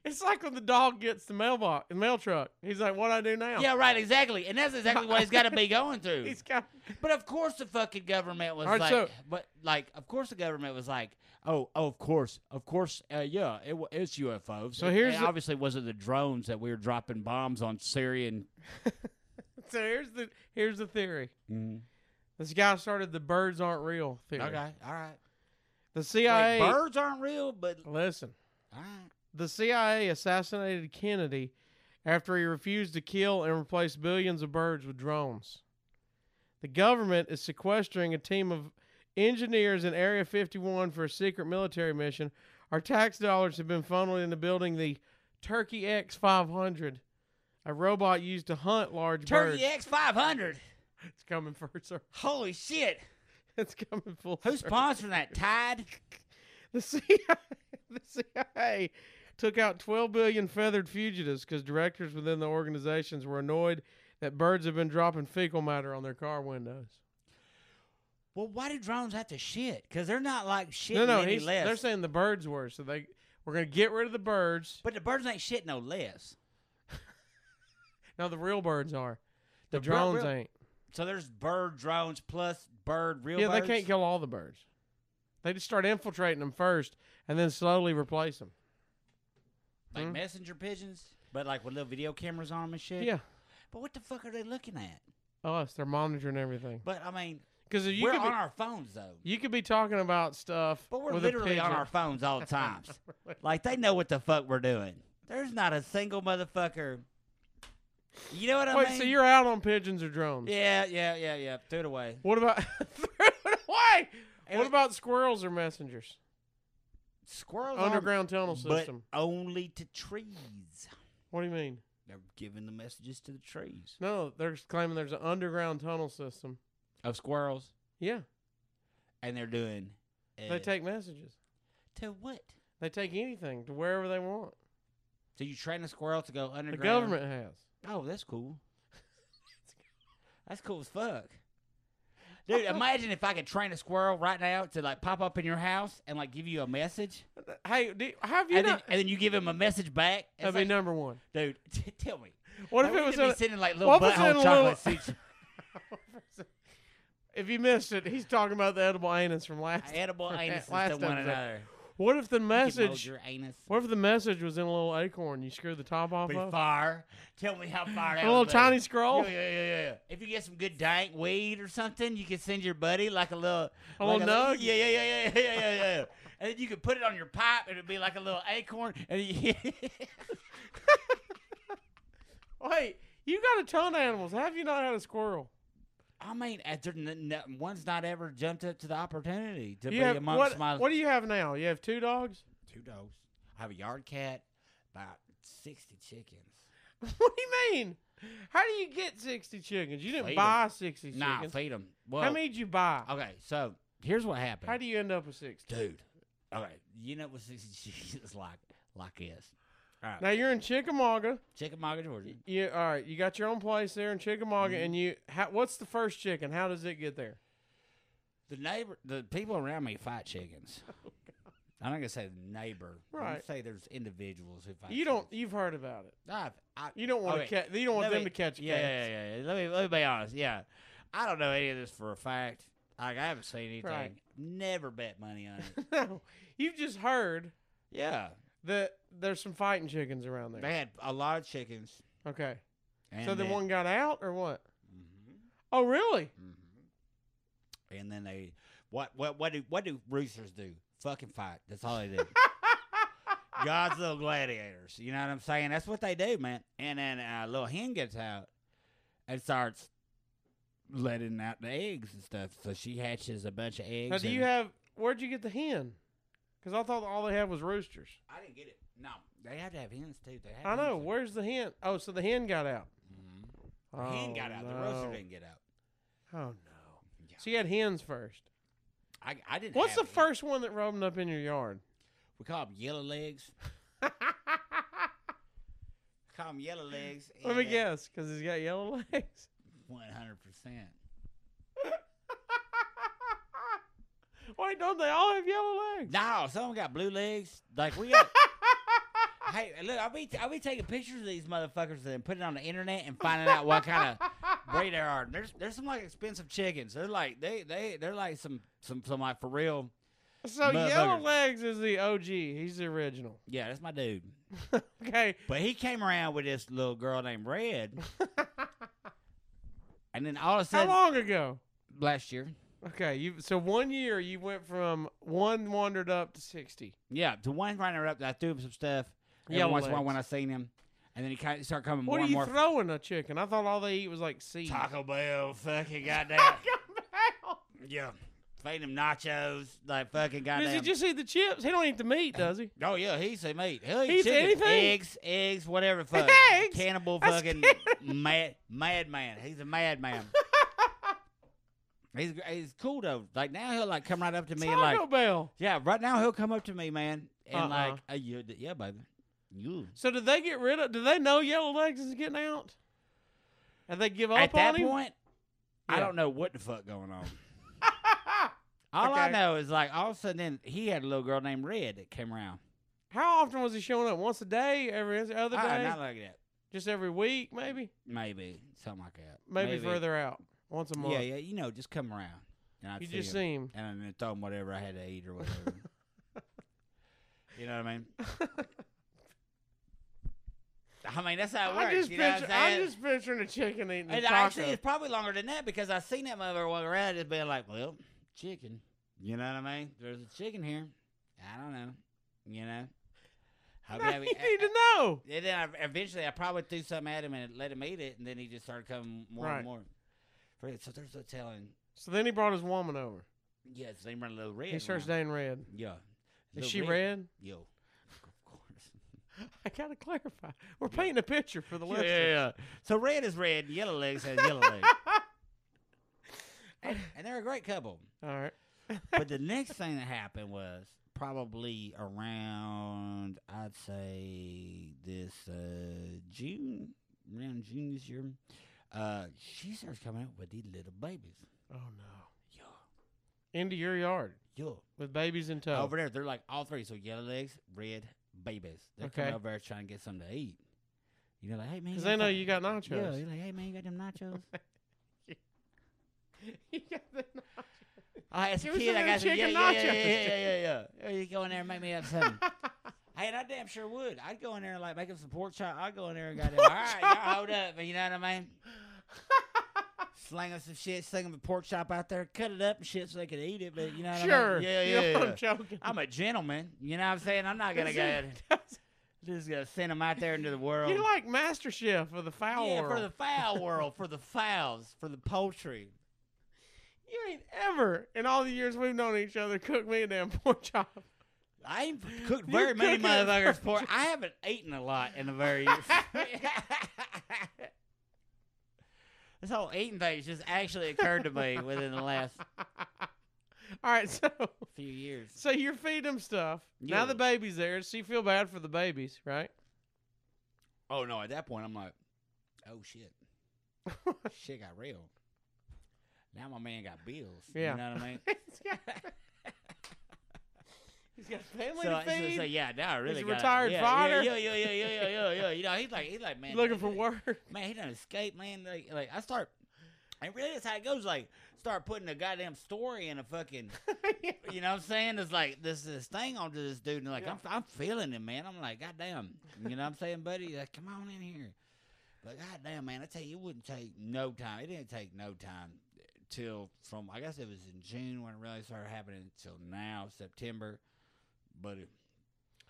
Speaker 1: it's like when the dog gets the mailbox, the mail truck. He's like, what I do now?
Speaker 2: yeah, right. Exactly. And that's exactly what he's got to be going through.
Speaker 1: He's got.
Speaker 2: But of course, the fucking government was
Speaker 1: All right,
Speaker 2: like,
Speaker 1: so-
Speaker 2: but like, of course, the government was like, oh, oh, of course, of course, uh, yeah, it, wa- it's UFOs.
Speaker 1: So
Speaker 2: It-
Speaker 1: here's
Speaker 2: it
Speaker 1: the-
Speaker 2: obviously wasn't the drones that we were dropping bombs on Syrian.
Speaker 1: So here's the here's the theory. This guy started the birds aren't real theory.
Speaker 2: mm-hmm. Okay, all right.
Speaker 1: The
Speaker 2: Like,
Speaker 1: CIA.
Speaker 2: birds aren't real, but
Speaker 1: Listen,
Speaker 2: all right.
Speaker 1: the CIA assassinated Kennedy after he refused to kill and replace billions of birds with drones. The government is sequestering a team of engineers in Area 51 for a secret military mission. Our tax dollars have been funneled into building the Turkey X 500, a robot used to hunt large
Speaker 2: Turkey
Speaker 1: birds.
Speaker 2: X five hundred.
Speaker 1: It's coming for sir.
Speaker 2: Holy shit!
Speaker 1: It's coming full.
Speaker 2: Who's
Speaker 1: circle.
Speaker 2: sponsoring that? Tide.
Speaker 1: The CIA, the CIA took out 12 billion feathered fugitives because directors within the organizations were annoyed that birds have been dropping fecal matter on their car windows.
Speaker 2: Well, why do drones have to shit? Because they're not like shitting
Speaker 1: No, no,
Speaker 2: any
Speaker 1: he's, they're
Speaker 2: less.
Speaker 1: saying the birds were. So they we're going to get rid of the birds.
Speaker 2: But the birds ain't shit no less.
Speaker 1: No, the real birds are. The,
Speaker 2: The bro-
Speaker 1: drones
Speaker 2: real-
Speaker 1: ain't.
Speaker 2: So there's bird drones plus bird real
Speaker 1: Yeah,
Speaker 2: birds.
Speaker 1: they can't kill all the birds. They just start infiltrating them first and then slowly replace them.
Speaker 2: like
Speaker 1: Hmm?
Speaker 2: messenger pigeons, but like with little video cameras on them and shit.
Speaker 1: Yeah.
Speaker 2: But what the fuck are they looking at?
Speaker 1: Us, they're monitoring everything.
Speaker 2: But I mean,
Speaker 1: Because you
Speaker 2: we're
Speaker 1: could
Speaker 2: on
Speaker 1: be,
Speaker 2: our phones though.
Speaker 1: you could be talking about stuff.
Speaker 2: But we're
Speaker 1: with a
Speaker 2: literally on
Speaker 1: pigeon.
Speaker 2: our phones all times. like they know what the fuck we're doing. There's not a single motherfucker. You know what I
Speaker 1: Wait,
Speaker 2: mean?
Speaker 1: so you're out on pigeons or drones?
Speaker 2: Yeah, yeah, yeah, yeah. Throw it away.
Speaker 1: What about throw it away?
Speaker 2: And
Speaker 1: what
Speaker 2: it-
Speaker 1: about squirrels or messengers?
Speaker 2: Squirrels
Speaker 1: Underground tunnel
Speaker 2: on, but
Speaker 1: system.
Speaker 2: only to trees.
Speaker 1: What do you mean?
Speaker 2: They're giving the messages to the trees
Speaker 1: No, they're claiming there's an underground tunnel system.
Speaker 2: of squirrels,
Speaker 1: Yeah,
Speaker 2: and they're doing. Uh,
Speaker 1: they take messages.
Speaker 2: to what?
Speaker 1: They take anything to wherever they want.
Speaker 2: So you train a squirrel to go
Speaker 1: The
Speaker 2: underground?
Speaker 1: government has.
Speaker 2: Oh, that's cool. that's cool as fuck. Dude, imagine if I could train a squirrel right now to like pop up in your house and like give you a message,
Speaker 1: Hey, do, have you
Speaker 2: and then,
Speaker 1: not?
Speaker 2: and then you give him a message back. It's
Speaker 1: That'd be
Speaker 2: like,
Speaker 1: number one.
Speaker 2: dude, t- tell me,
Speaker 1: What
Speaker 2: Now,
Speaker 1: if
Speaker 2: we
Speaker 1: it
Speaker 2: need
Speaker 1: was
Speaker 2: to be
Speaker 1: a,
Speaker 2: sending like little
Speaker 1: what if it's in a
Speaker 2: butthole
Speaker 1: little-
Speaker 2: chocolate seeds?
Speaker 1: If you missed it, he's talking about the edible anus from last.
Speaker 2: edible
Speaker 1: from
Speaker 2: anuses
Speaker 1: last
Speaker 2: to one
Speaker 1: episode.
Speaker 2: another.
Speaker 1: What if the
Speaker 2: Message
Speaker 1: message?
Speaker 2: your anus.
Speaker 1: What if the message was in a little acorn? You screw the top off
Speaker 2: Be
Speaker 1: of
Speaker 2: fire. Tell me how far that
Speaker 1: a little
Speaker 2: would be.
Speaker 1: tiny scroll,
Speaker 2: Yeah, yeah, yeah, yeah. If you get some good dank weed or something, you can send your buddy like a little,
Speaker 1: A
Speaker 2: like
Speaker 1: little nug?
Speaker 2: Yeah, yeah, yeah, yeah, yeah, yeah, yeah. yeah. and then you could put it on your pipe, and it'd be like a little acorn. And you,
Speaker 1: Wait, you got a ton of animals. How have you not had a squirrel?
Speaker 2: I mean, uh, there n- n- one's not ever jumped up to the opportunity to
Speaker 1: You
Speaker 2: be
Speaker 1: have,
Speaker 2: amongst
Speaker 1: what,
Speaker 2: my
Speaker 1: what do you have now? You have two dogs?
Speaker 2: two dogs. I have a yard cat, about sixty chickens.
Speaker 1: what do you mean? How do you get 60 chickens? You didn't
Speaker 2: Feed 'em.
Speaker 1: buy 60
Speaker 2: Nah,
Speaker 1: chickens.
Speaker 2: feed them. Well,
Speaker 1: How many did you buy?
Speaker 2: okay, so here's what happened.
Speaker 1: How do you end up with 60?
Speaker 2: dude. Okay, you know what sixty chickens like like this.
Speaker 1: Now you're in Chickamauga.
Speaker 2: Chickamauga, Georgia.
Speaker 1: You all right? You got your own place there in Chickamauga,
Speaker 2: Mm-hmm.
Speaker 1: and you. How, what's the first chicken? How does it get there?
Speaker 2: The neighbor, the people around me fight chickens. I'm not gonna say neighbor. I'm gonna
Speaker 1: Oh, Right.
Speaker 2: say there's individuals who fight.
Speaker 1: You don't. You've heard about it.
Speaker 2: I've, I,
Speaker 1: You don't want
Speaker 2: okay,
Speaker 1: to catch. You don't want
Speaker 2: Oh, let
Speaker 1: them
Speaker 2: me-
Speaker 1: to catch.
Speaker 2: Yeah,
Speaker 1: cats.
Speaker 2: yeah, yeah, yeah. Let me let me be honest. Yeah, I don't know any of this for a fact. Like I haven't seen anything.
Speaker 1: Right.
Speaker 2: Never bet money on it.
Speaker 1: no, you've just heard
Speaker 2: yeah,
Speaker 1: that there's some fighting chickens around there.
Speaker 2: they had a lot of chickens.
Speaker 1: Okay,
Speaker 2: And
Speaker 1: so then
Speaker 2: then, Mm-hmm.
Speaker 1: one got out or what? Oh, really?
Speaker 2: and then they what what what do what do roosters do? Fucking fight. That's all they do. God's little gladiators. You know what I'm saying? That's what they do, man. And then a uh, little hen gets out and starts letting out the eggs and stuff. So she hatches a bunch of eggs.
Speaker 1: Now, do
Speaker 2: and-
Speaker 1: you have? Where'd you get the hen? Because I thought all they had was roosters.
Speaker 2: I didn't get it. No, they have to have hens too. They have
Speaker 1: I know.
Speaker 2: hens.
Speaker 1: Where's the hen? Oh, so the hen got out.
Speaker 2: The hen got out. The rooster
Speaker 1: Oh, no.
Speaker 2: didn't get out.
Speaker 1: Oh no. So you had hens first.
Speaker 2: I, I didn't.
Speaker 1: What's the
Speaker 2: have any.
Speaker 1: first one that roamed up in your yard?
Speaker 2: We call them yellow legs. call them yellow legs.
Speaker 1: Let me guess, because he's got yellow legs.
Speaker 2: One hundred percent.
Speaker 1: Wait, don't they all have yellow legs?
Speaker 2: No, some got blue legs. Like we got. hey, look, I'll be I'll be taking pictures of these motherfuckers and then putting it on the internet and finding out what kind of breed they are. And There's there's some like expensive chickens. They're like they they they're like some some some like for real.
Speaker 1: So yellow
Speaker 2: Motherfucker.
Speaker 1: legs is the OG. He's the original.
Speaker 2: Yeah, that's my dude.
Speaker 1: okay.
Speaker 2: But he came around with this little girl named Red. and then all of a
Speaker 1: How
Speaker 2: sudden
Speaker 1: long ago?
Speaker 2: last year.
Speaker 1: Okay, you so one year you went from one wandered up to sixty.
Speaker 2: Yeah, the one runner up that I threw him some stuff. Yeah,
Speaker 1: Yellow
Speaker 2: once in a while
Speaker 1: legs.
Speaker 2: when I seen him. And then he kind of started coming
Speaker 1: What
Speaker 2: more
Speaker 1: are
Speaker 2: and
Speaker 1: you
Speaker 2: more.
Speaker 1: throwing a chicken? I thought all they eat was like seeds.
Speaker 2: Taco Bell, fucking goddamn.
Speaker 1: Bell.
Speaker 2: Yeah. Feed him nachos, like fucking goddamn.
Speaker 1: Does he just eat the chips? He don't eat the meat, does he?
Speaker 2: Oh yeah, he's a meat. He'll eat
Speaker 1: He eats
Speaker 2: chicken,
Speaker 1: anything?
Speaker 2: eggs, eggs, whatever. Fuck,
Speaker 1: Eggs?
Speaker 2: cannibal,
Speaker 1: That's
Speaker 2: fucking mad, madman. He's a madman. he's he's cool though. Like now he'll like come right up to me and
Speaker 1: Taco
Speaker 2: like
Speaker 1: Bell.
Speaker 2: yeah, right now he'll come up to me, man, and
Speaker 1: Uh-uh.
Speaker 2: like uh, you, yeah, baby, you.
Speaker 1: So did they get rid of? Did they know Yellow Legs is getting out? And they give up
Speaker 2: At
Speaker 1: on
Speaker 2: that
Speaker 1: him?
Speaker 2: point, I
Speaker 1: Yeah.
Speaker 2: don't know what the fuck going on. All I
Speaker 1: Okay.
Speaker 2: know is like all of a sudden then he had a little girl named Red that came around.
Speaker 1: How often was he showing up? Once a day, every other day,
Speaker 2: Uh, not like that.
Speaker 1: just every week, maybe,
Speaker 2: Maybe something like that.
Speaker 1: maybe, further out, once a month.
Speaker 2: Yeah, yeah. You know, just come around. And I'd
Speaker 1: You
Speaker 2: see
Speaker 1: just
Speaker 2: him,
Speaker 1: see him.
Speaker 2: And then throw him whatever I had to eat or whatever. you know what I mean? I mean, that's how it works.
Speaker 1: I'm just
Speaker 2: you know what
Speaker 1: picturing.
Speaker 2: I'm
Speaker 1: I'm
Speaker 2: saying?
Speaker 1: just picturing a chicken eating a
Speaker 2: and
Speaker 1: taco.
Speaker 2: actually, it's probably longer than that because I seen that mother walk around just being like, well, chicken. You know what I mean? There's a chicken here. I don't know. You know? Hope
Speaker 1: No,
Speaker 2: you have-
Speaker 1: you need to know.
Speaker 2: and then I, eventually, I probably threw something at him and let him eat it, and then he just started coming more
Speaker 1: Right.
Speaker 2: and more. So there's no telling.
Speaker 1: So then he brought his woman over.
Speaker 2: Yeah, his name run a little red.
Speaker 1: He starts
Speaker 2: around.
Speaker 1: dating Red.
Speaker 2: Yeah.
Speaker 1: Is
Speaker 2: Little
Speaker 1: she red?
Speaker 2: Yo. Of course.
Speaker 1: I gotta clarify. We're painting a picture for the
Speaker 2: Yeah,
Speaker 1: listeners.
Speaker 2: yeah, yeah. So red is red, yellow legs has yellow legs. and, and they're a great couple.
Speaker 1: All right.
Speaker 2: But the next thing that happened was probably around I'd say this uh, June, around June this year. Uh, she starts coming out with these little babies.
Speaker 1: Oh no.
Speaker 2: Yo,
Speaker 1: Into your yard
Speaker 2: yo.
Speaker 1: with babies in tow.
Speaker 2: Over there, they're like all three. So yellow legs, red, babies. They're coming
Speaker 1: Okay.
Speaker 2: over there trying to get something to eat. You know, like, hey man,
Speaker 1: Because
Speaker 2: got
Speaker 1: they know
Speaker 2: some-
Speaker 1: you got
Speaker 2: Yeah,
Speaker 1: nachos.
Speaker 2: you're like, hey man, you got them nachos.
Speaker 1: You got the nachos.
Speaker 2: I as a
Speaker 1: Give us
Speaker 2: kid,
Speaker 1: some
Speaker 2: I
Speaker 1: of
Speaker 2: got
Speaker 1: them
Speaker 2: some, yeah,
Speaker 1: chicken
Speaker 2: yeah, yeah,
Speaker 1: nachos.
Speaker 2: yeah, yeah, yeah, yeah. You go in there and make me up something. Hey, and I damn sure would. I'd go in there and like make up some pork chop. I'd go in there and goddamn, all
Speaker 1: Pork
Speaker 2: right,
Speaker 1: chop.
Speaker 2: y'all hold up. You know what I mean? Sling them some shit, sling them a pork chop out there, cut it up and shit so they could eat it. But you know what I
Speaker 1: sure.
Speaker 2: mean? Yeah,
Speaker 1: you
Speaker 2: yeah,
Speaker 1: know
Speaker 2: yeah.
Speaker 1: I'm joking.
Speaker 2: I'm a gentleman. You know what I'm saying? I'm not gonna go. ahead and- Just gonna send them out there into the world.
Speaker 1: You're like Master Chef of the foul
Speaker 2: yeah,
Speaker 1: world.
Speaker 2: for the fowl world, for the fowls, for the poultry.
Speaker 1: You ain't ever in all the years we've known each other cooked me a damn pork chop.
Speaker 2: I ain't cooked
Speaker 1: You
Speaker 2: very many
Speaker 1: cook it
Speaker 2: motherfuckers
Speaker 1: first.
Speaker 2: pork. I haven't eaten a lot in a very. this whole eating thing just actually occurred to me within the last
Speaker 1: All right, so
Speaker 2: few years.
Speaker 1: so you're feeding them stuff. Now
Speaker 2: Yeah.
Speaker 1: the baby's there, so you feel bad for the babies, right?
Speaker 2: Oh no! At that point, I'm like, oh shit, shit got real. Now my man got bills.
Speaker 1: Yeah.
Speaker 2: You know what I mean?
Speaker 1: he's got he's got family
Speaker 2: So,
Speaker 1: to
Speaker 2: so-
Speaker 1: feed.
Speaker 2: so, yeah, now I really
Speaker 1: a
Speaker 2: got
Speaker 1: retired
Speaker 2: yeah,
Speaker 1: father.
Speaker 2: Yeah, yeah, yeah, yeah, yeah, yeah, yeah. You know, he's like, he's like, man,
Speaker 1: looking
Speaker 2: he-
Speaker 1: for work.
Speaker 2: Man, he done escaped, man. Like, like I start, and really, that's how it goes. Like, start putting a goddamn story in a fucking, you know what I'm saying? It's like this this thing onto this dude, and like
Speaker 1: Yeah.
Speaker 2: I'm I'm feeling it, man. I'm like, goddamn, you know what I'm saying, buddy? Like, come on in here. But goddamn, man, I tell you, it wouldn't take no time. It didn't take no time till from I guess it was in June when it really started happening till now September. But it,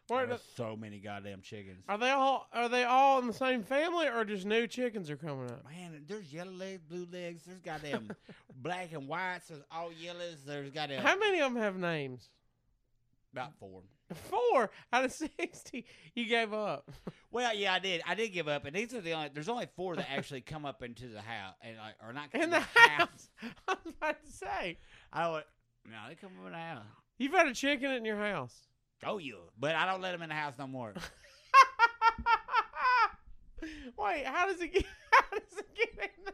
Speaker 1: Where
Speaker 2: there
Speaker 1: the-
Speaker 2: was so many goddamn chickens.
Speaker 1: are they all are they all in the same family or just new chickens are coming up?
Speaker 2: Man, there's yellow legs, blue legs, there's goddamn black and whites, there's all yellows, there's goddamn
Speaker 1: How many of them have names?
Speaker 2: about four.
Speaker 1: Four out of sixty. You gave up.
Speaker 2: Well, yeah, I did. I did give up, and these are the only. There's only four that actually come up into the house, and like, or not
Speaker 1: In the house. I was about to say.
Speaker 2: I don't. No, they come up in the house.
Speaker 1: You've had a chicken in your house.
Speaker 2: Oh, yeah, but I don't let them in the house no more.
Speaker 1: Wait, how does it get how does it get in the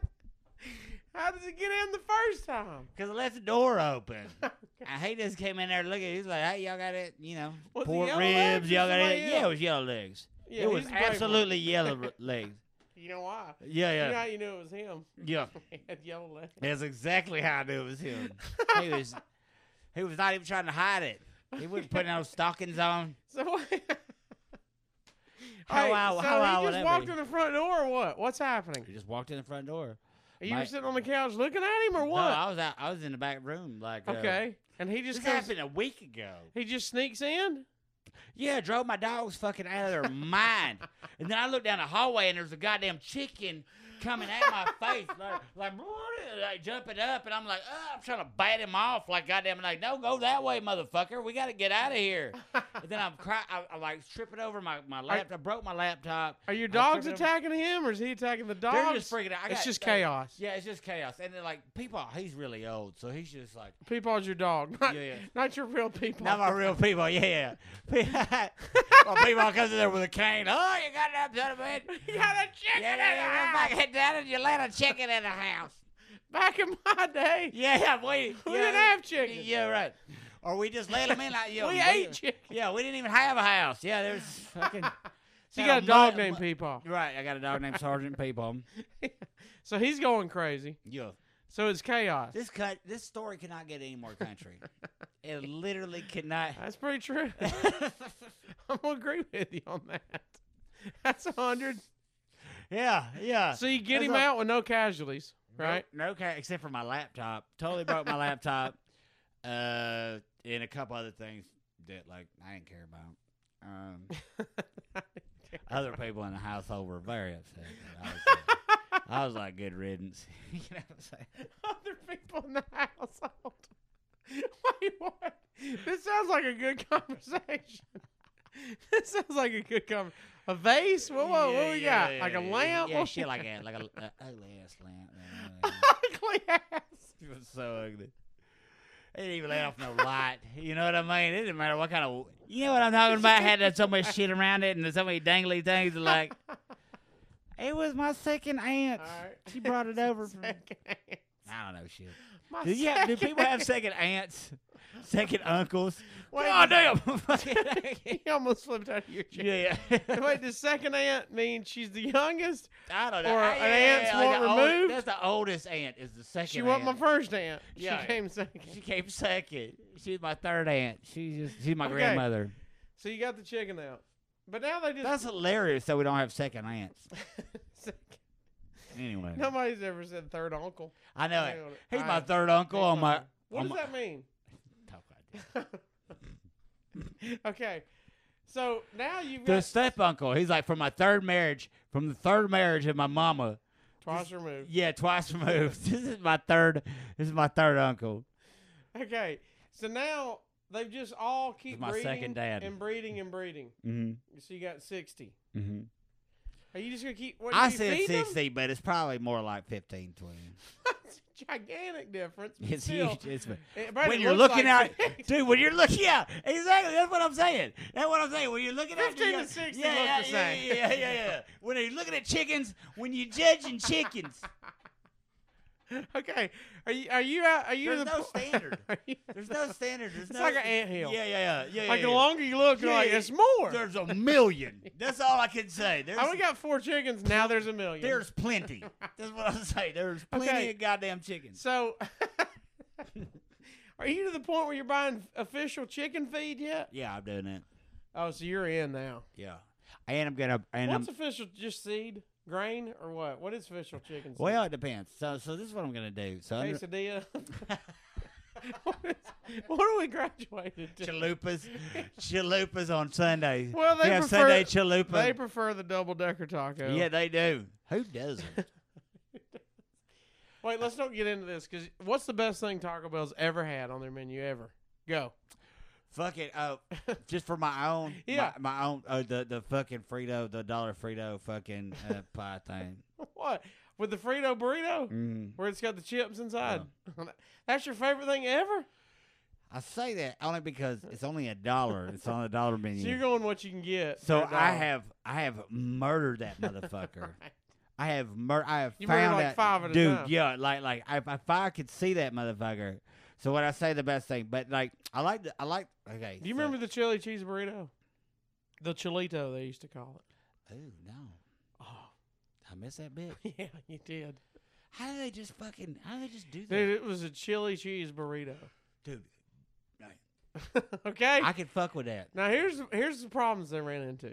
Speaker 1: how does it get in the first time?
Speaker 2: Cause I left the door open. I hate this came in there looking. He's like, "Hey, y'all got it, you know,
Speaker 1: Was it
Speaker 2: pork
Speaker 1: yellow legs
Speaker 2: ribs,
Speaker 1: or
Speaker 2: y'all got
Speaker 1: somebody
Speaker 2: it." Yeah, it
Speaker 1: else?
Speaker 2: was yellow legs.
Speaker 1: Yeah,
Speaker 2: it was
Speaker 1: he's a brave one.
Speaker 2: absolutely yellow r- legs.
Speaker 1: You know why?
Speaker 2: Yeah,
Speaker 1: You know
Speaker 2: yeah,
Speaker 1: how you knew it was him.
Speaker 2: yeah.
Speaker 1: He had yellow legs.
Speaker 2: That's exactly how I knew it was him. he was he was not even trying to hide it. He wouldn't put no stockings on.
Speaker 1: So
Speaker 2: How
Speaker 1: Hey,
Speaker 2: I-
Speaker 1: so
Speaker 2: how I
Speaker 1: he
Speaker 2: would
Speaker 1: just
Speaker 2: ever-
Speaker 1: walked in the front door or what? What's happening?
Speaker 2: He just walked in the front door.
Speaker 1: Are you
Speaker 2: My-
Speaker 1: sitting on the couch looking at him or
Speaker 2: No,
Speaker 1: what?
Speaker 2: I was out, I was in the back room like uh,
Speaker 1: okay. And he
Speaker 2: This
Speaker 1: just comes,
Speaker 2: happened a week ago.
Speaker 1: he just sneaks in?
Speaker 2: Yeah, drove my dogs fucking out of their mind. And then I looked down the hallway and there's a goddamn chicken coming at my face, like like, like jumping up, and I'm like, oh, I'm trying to bite him off, like goddamn, like no, go that way, motherfucker. We got to get out of here. And then I'm cry, I, I'm like tripping over my my laptop. I broke my laptop.
Speaker 1: Are your
Speaker 2: I'm
Speaker 1: dogs
Speaker 2: tripping over-
Speaker 1: attacking him or is he attacking the dogs?
Speaker 2: They're just freaking out. I
Speaker 1: it's
Speaker 2: got-
Speaker 1: just chaos.
Speaker 2: Yeah, it's just chaos. And then like people, he's really old, so he's just like
Speaker 1: Peepaw's your dog, not,
Speaker 2: Yeah, yeah.
Speaker 1: not your real people.
Speaker 2: Not my real people, yeah. yeah. my people comes in there with a cane. Oh, you got that son of a bitch.
Speaker 1: You got a chicken
Speaker 2: Yeah, yeah, yeah. Fucking down and you let a chicken in the house.
Speaker 1: Back in my day,
Speaker 2: Yeah, we
Speaker 1: We
Speaker 2: yeah,
Speaker 1: didn't have chicken.
Speaker 2: Yeah, right. Or we just let them in like yeah,
Speaker 1: we ate chicken.
Speaker 2: Yeah, we didn't even have a house. Yeah, there's fucking.
Speaker 1: So you got a dog named Peepaw.
Speaker 2: Right, I got a dog named Sergeant Peepaw.
Speaker 1: So he's going crazy.
Speaker 2: Yeah,
Speaker 1: So it's chaos.
Speaker 2: this cut, this story cannot get any more country. it literally cannot.
Speaker 1: That's pretty true. I'm gonna agree with you on that. That's a hundred.
Speaker 2: yeah, yeah.
Speaker 1: So you get
Speaker 2: That's
Speaker 1: him
Speaker 2: a-
Speaker 1: out with no casualties, right?
Speaker 2: No, no ca- except for my laptop. Totally broke my laptop. Uh, and a couple other things that like I didn't care about. Um, other people in the household were very upset. but I was, like, I was like, good riddance. you know what I'm saying?
Speaker 1: Other people in the household. Wait, what? This sounds like a good conversation. This sounds like a good conversation. A vase? What, what, what we
Speaker 2: Yeah,
Speaker 1: got?
Speaker 2: yeah,
Speaker 1: like a
Speaker 2: yeah,
Speaker 1: lamp?
Speaker 2: Yeah,
Speaker 1: What
Speaker 2: shit
Speaker 1: we
Speaker 2: like that, like a, a ugly ass lamp.
Speaker 1: ugly ass.
Speaker 2: It was so ugly. It didn't even let off no light. You know what I mean? It didn't matter what kind of. You know what I'm talking about? It had so much shit around it and so many dangly things. Like, it was my second aunt.
Speaker 1: All right.
Speaker 2: She brought it over. From,
Speaker 1: Second hand.
Speaker 2: I don't know shit.
Speaker 1: My
Speaker 2: Do, you have, do
Speaker 1: second-
Speaker 2: people have second aunts, second uncles?
Speaker 1: Wait.
Speaker 2: God damn!
Speaker 1: he almost flipped out of your chair.
Speaker 2: yeah.
Speaker 1: Wait, does second aunt mean she's the youngest?
Speaker 2: I don't know.
Speaker 1: Or
Speaker 2: Yeah,
Speaker 1: an
Speaker 2: yeah,
Speaker 1: aunt's
Speaker 2: yeah, like
Speaker 1: more
Speaker 2: the old-
Speaker 1: removed?
Speaker 2: that's the oldest aunt is the second.
Speaker 1: She wasn't my
Speaker 2: aunt.
Speaker 1: first aunt. She
Speaker 2: Yeah.
Speaker 1: came second.
Speaker 2: She came second. She's my third aunt. She's just she's my
Speaker 1: Okay.
Speaker 2: grandmother.
Speaker 1: So you got the chicken out. But now they just
Speaker 2: That's hilarious. That we don't have second aunts.
Speaker 1: Second-
Speaker 2: Anyway,
Speaker 1: nobody's ever said third uncle.
Speaker 2: I know
Speaker 1: Hang on.
Speaker 2: it. He's
Speaker 1: I-
Speaker 2: my third uncle on my.
Speaker 1: What
Speaker 2: on
Speaker 1: does
Speaker 2: my-
Speaker 1: that mean?
Speaker 2: Talk like that.
Speaker 1: okay. So now you've
Speaker 2: The
Speaker 1: got
Speaker 2: step uncle. He's like from my third marriage, from the third marriage of my mama.
Speaker 1: twice removed.
Speaker 2: Yeah, twice removed. this is my third. This is my third uncle.
Speaker 1: Okay. So now they've just all keep
Speaker 2: my
Speaker 1: breeding
Speaker 2: second dad.
Speaker 1: and breeding and breeding.
Speaker 2: Mm-hmm.
Speaker 1: So you got sixty.
Speaker 2: Mm-hmm.
Speaker 1: Are you just gonna keep? What,
Speaker 2: I
Speaker 1: you
Speaker 2: said
Speaker 1: feed them?
Speaker 2: 60, but it's probably more like 15, 20.
Speaker 1: That's a gigantic difference. but
Speaker 2: It's
Speaker 1: still,
Speaker 2: huge. It's,
Speaker 1: it- but
Speaker 2: when
Speaker 1: it
Speaker 2: you're
Speaker 1: looks
Speaker 2: looking
Speaker 1: like
Speaker 2: out, dude, when you're looking, yeah, exactly. That's what I'm saying. That's what I'm saying. When you're looking at
Speaker 1: 15 to 60
Speaker 2: yeah,
Speaker 1: look
Speaker 2: yeah,
Speaker 1: the
Speaker 2: yeah,
Speaker 1: same.
Speaker 2: Yeah, yeah, yeah, yeah. When you're looking at chickens, when you're judging chickens,
Speaker 1: okay. Are you? Are you? Out, are you?
Speaker 2: There's
Speaker 1: the
Speaker 2: no
Speaker 1: po-
Speaker 2: standard.
Speaker 1: Are you-
Speaker 2: there's no standard. There's
Speaker 1: It's
Speaker 2: no
Speaker 1: like an anthill.
Speaker 2: Yeah, yeah, yeah, yeah.
Speaker 1: like
Speaker 2: yeah,
Speaker 1: the
Speaker 2: yeah.
Speaker 1: longer you look, you're
Speaker 2: Yeah,
Speaker 1: like
Speaker 2: yeah.
Speaker 1: it's more.
Speaker 2: There's a million. That's all I can say. There's,
Speaker 1: I only got four chickens. Now there's a million.
Speaker 2: there's plenty. That's what I'm saying. There's plenty
Speaker 1: Okay.
Speaker 2: of goddamn chickens.
Speaker 1: so. are you to the point where you're buying official chicken feed yet?
Speaker 2: Yeah, I'm doing it.
Speaker 1: Oh, so you're in now.
Speaker 2: Yeah, and I'm gonna and um, I'm
Speaker 1: What's official? Just seed, grain, or what? What is official chicken? Seed?
Speaker 2: Well, it depends. So, so this is what I'm gonna do. So, I'm gonna-
Speaker 1: quesadilla. what, is, what are we graduated to?
Speaker 2: chalupas, chalupas on Sundays.
Speaker 1: Well, they
Speaker 2: have
Speaker 1: prefer-
Speaker 2: Sunday
Speaker 1: They
Speaker 2: chalupa.
Speaker 1: prefer the double decker taco.
Speaker 2: yeah, they do. Who doesn't?
Speaker 1: Wait, let's don't get into this because what's the best thing Taco Bell's ever had on their menu ever? Go.
Speaker 2: Fuck it. Oh, just for my own.
Speaker 1: Yeah.
Speaker 2: My, my own. Oh, the the fucking Frito, the dollar Frito fucking uh, pie thing.
Speaker 1: What? With the Frito burrito?
Speaker 2: Mm.
Speaker 1: Where it's got the chips inside. That's your favorite thing ever?
Speaker 2: I say that only because it's only a dollar. It's on the dollar menu.
Speaker 1: So you're going what you can get.
Speaker 2: So
Speaker 1: for a
Speaker 2: I
Speaker 1: dollar.
Speaker 2: have I have murdered that motherfucker. I have mur- I have
Speaker 1: You murdered,
Speaker 2: found
Speaker 1: like,
Speaker 2: out,
Speaker 1: five at a
Speaker 2: dude.
Speaker 1: time.
Speaker 2: Yeah, like like if, if I could see that motherfucker. So what I say the best thing, but like I like the, I like okay.
Speaker 1: Do you remember the chili cheese burrito? The chilito they used to call
Speaker 2: Oh no,
Speaker 1: Oh.
Speaker 2: I miss that bit.
Speaker 1: it. Yeah, you did.
Speaker 2: How do they just fucking? How do they just do
Speaker 1: Dude,
Speaker 2: that,
Speaker 1: it was a chili cheese burrito.
Speaker 2: dude?
Speaker 1: okay.
Speaker 2: I could fuck with that.
Speaker 1: Now here's here's the problems they ran into.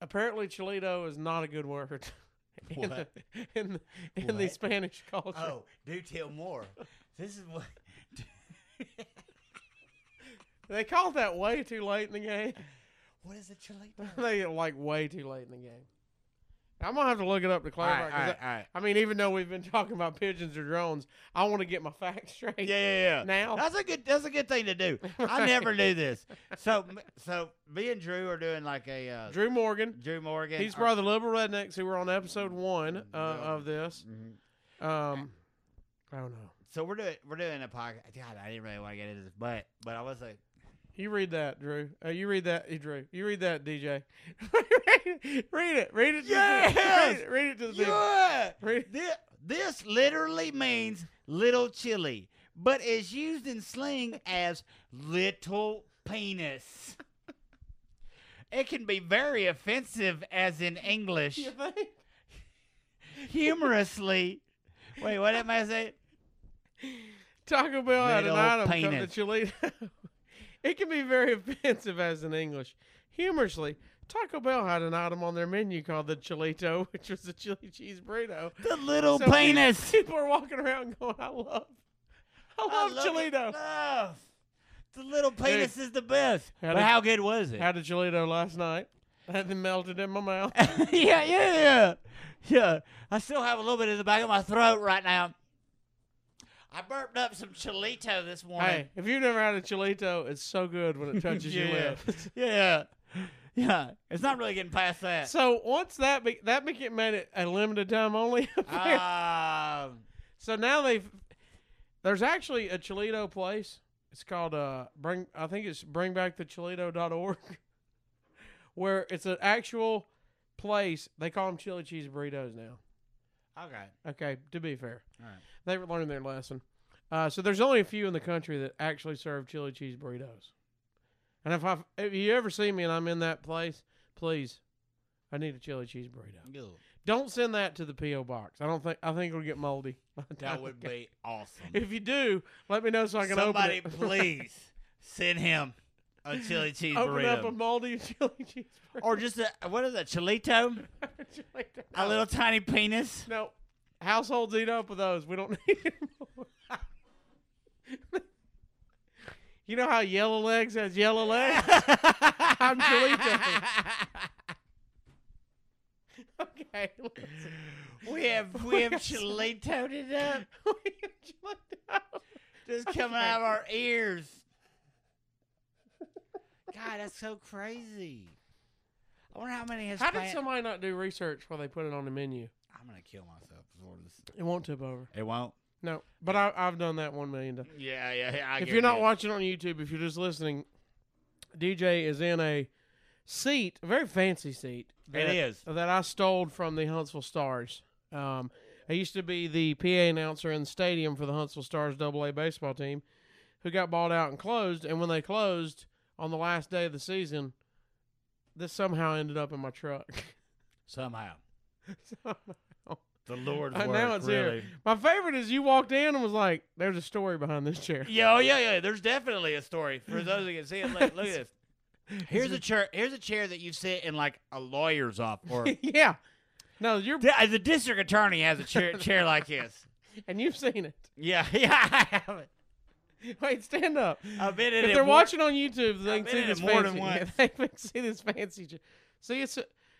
Speaker 1: Apparently, Cholito is not a good word in the,
Speaker 2: What?
Speaker 1: in, the, in the
Speaker 2: What? Oh.
Speaker 1: Spanish culture.
Speaker 2: do tell more. This is what.
Speaker 1: They called that way too late in the game.
Speaker 2: What is a chili?
Speaker 1: they like way too late in the game. I'm gonna have to look it up to
Speaker 2: All
Speaker 1: clarify.
Speaker 2: right,
Speaker 1: 'cause
Speaker 2: all right,
Speaker 1: I,
Speaker 2: all right.
Speaker 1: I mean, even though we've been talking about pigeons or drones, I want to get my facts straight.
Speaker 2: Yeah, yeah, yeah.
Speaker 1: Now-
Speaker 2: that's a good that's a good thing to do. I never knew this. So m- so me and Drew are doing like a uh, Drew,
Speaker 1: Drew Morgan.
Speaker 2: Morgan.
Speaker 1: He's
Speaker 2: or-
Speaker 1: part of the liberal rednecks who were on episode one uh, of this.
Speaker 2: Mm-hmm.
Speaker 1: Um, I don't know.
Speaker 2: So we're doing we're doing a podcast. God, I didn't really want to get into this, but but I was like,
Speaker 1: You read that, Drew. Uh, you read that, eh, Drew. You read that, DJ. read it. Read it. to the-
Speaker 2: Yes!
Speaker 1: Read it, read it to the people.
Speaker 2: yeah,
Speaker 1: Read-
Speaker 2: this, this literally means little chili, but is used in slang as little penis. It can be very offensive, as in English.
Speaker 1: You think?
Speaker 2: Humorously, wait, what am I saying?
Speaker 1: Taco Bell had an
Speaker 2: Little
Speaker 1: item come
Speaker 2: penis.
Speaker 1: to Chilito. it can be very offensive as in English. Humorously, Taco Bell had an item on their menu called the Chilito, which was a chili cheese burrito.
Speaker 2: The little
Speaker 1: So
Speaker 2: penis.
Speaker 1: People, people are walking around going, I love, I
Speaker 2: I
Speaker 1: love,
Speaker 2: love it.
Speaker 1: Chilito.
Speaker 2: Love. The little penis is the best.
Speaker 1: How
Speaker 2: but
Speaker 1: did-
Speaker 2: how good was it?
Speaker 1: Had a Chilito last night. Had them melted in my mouth.
Speaker 2: yeah, yeah, yeah. Yeah. I still have a little bit in the back of my throat right now. I burped up some chilito this morning.
Speaker 1: Hey, if you've never had a chilito, it's so good when it touches your
Speaker 2: yeah.
Speaker 1: lips.
Speaker 2: yeah. Yeah. It's not really getting past that.
Speaker 1: So once that be- that make it made it a limited time only. affair.
Speaker 2: Um,
Speaker 1: so now they've there's actually a chilito place. It's called uh bring I think it's bringbackthechilito.org where it's an actual place. They call them chili cheese burritos now.
Speaker 2: Okay.
Speaker 1: Okay, to be fair,
Speaker 2: All right.
Speaker 1: they were learning their lesson. Uh, so there's only a few in the country that actually serve chili cheese burritos. And if I if you ever see me and I'm in that place, please, I need a chili cheese burrito.
Speaker 2: Good.
Speaker 1: Don't send that to the PO box. I don't think I think it'll get moldy.
Speaker 2: That would be awesome.
Speaker 1: If you do, let me know so I can
Speaker 2: Somebody,
Speaker 1: open it.
Speaker 2: please send him a chili cheese
Speaker 1: open up a
Speaker 2: burrito,
Speaker 1: moldy chili cheese burrito.
Speaker 2: or just a what is that chilito?
Speaker 1: Chili cheese.
Speaker 2: A little tiny penis.
Speaker 1: No, households eat up with those. We don't need any more. you know how Yellow Legs has yellow legs? I'm Chilito. Okay. listen.
Speaker 2: we have we have chilitoed it up,
Speaker 1: We have Chilito.
Speaker 2: just coming out of our ears. God, that's so crazy. I wonder how many has.
Speaker 1: How did
Speaker 2: plant-
Speaker 1: somebody not do research while they put it on the menu?
Speaker 2: I'm gonna kill myself before this.
Speaker 1: It won't tip over.
Speaker 2: It won't.
Speaker 1: No, but I, I've done that one million times.
Speaker 2: Yeah, yeah. yeah I
Speaker 1: If
Speaker 2: get
Speaker 1: you're not
Speaker 2: it.
Speaker 1: watching on YouTube, if you're just listening, DJ is in a seat, a very fancy seat. that-
Speaker 2: is.
Speaker 1: that I stole from the Huntsville Stars. Um, I used to be the PA announcer in the stadium for the Huntsville Stars Double A baseball team, who got balled out and closed. And when they closed on the last day of the season, this somehow ended up in my truck.
Speaker 2: somehow
Speaker 1: so,
Speaker 2: the Lord
Speaker 1: and now it's here. My favorite is you walked in and was like, "There's a story behind this chair."
Speaker 2: Yeah, oh, yeah, yeah. There's definitely a story for those who can see it. Look, look at this. Here's a chair. Here's a chair that you sit in like a lawyer's office, or
Speaker 1: yeah. No, you're
Speaker 2: the, the district attorney has a chair chair like this.
Speaker 1: and you've seen it.
Speaker 2: Yeah, yeah, I haven't.
Speaker 1: Wait, stand up.
Speaker 2: I've been in
Speaker 1: if
Speaker 2: it
Speaker 1: they're
Speaker 2: more-
Speaker 1: watching on YouTube, they can
Speaker 2: I've been
Speaker 1: see
Speaker 2: in it
Speaker 1: this
Speaker 2: more than
Speaker 1: fancy.
Speaker 2: once.
Speaker 1: they can see this fancy. j- See, it's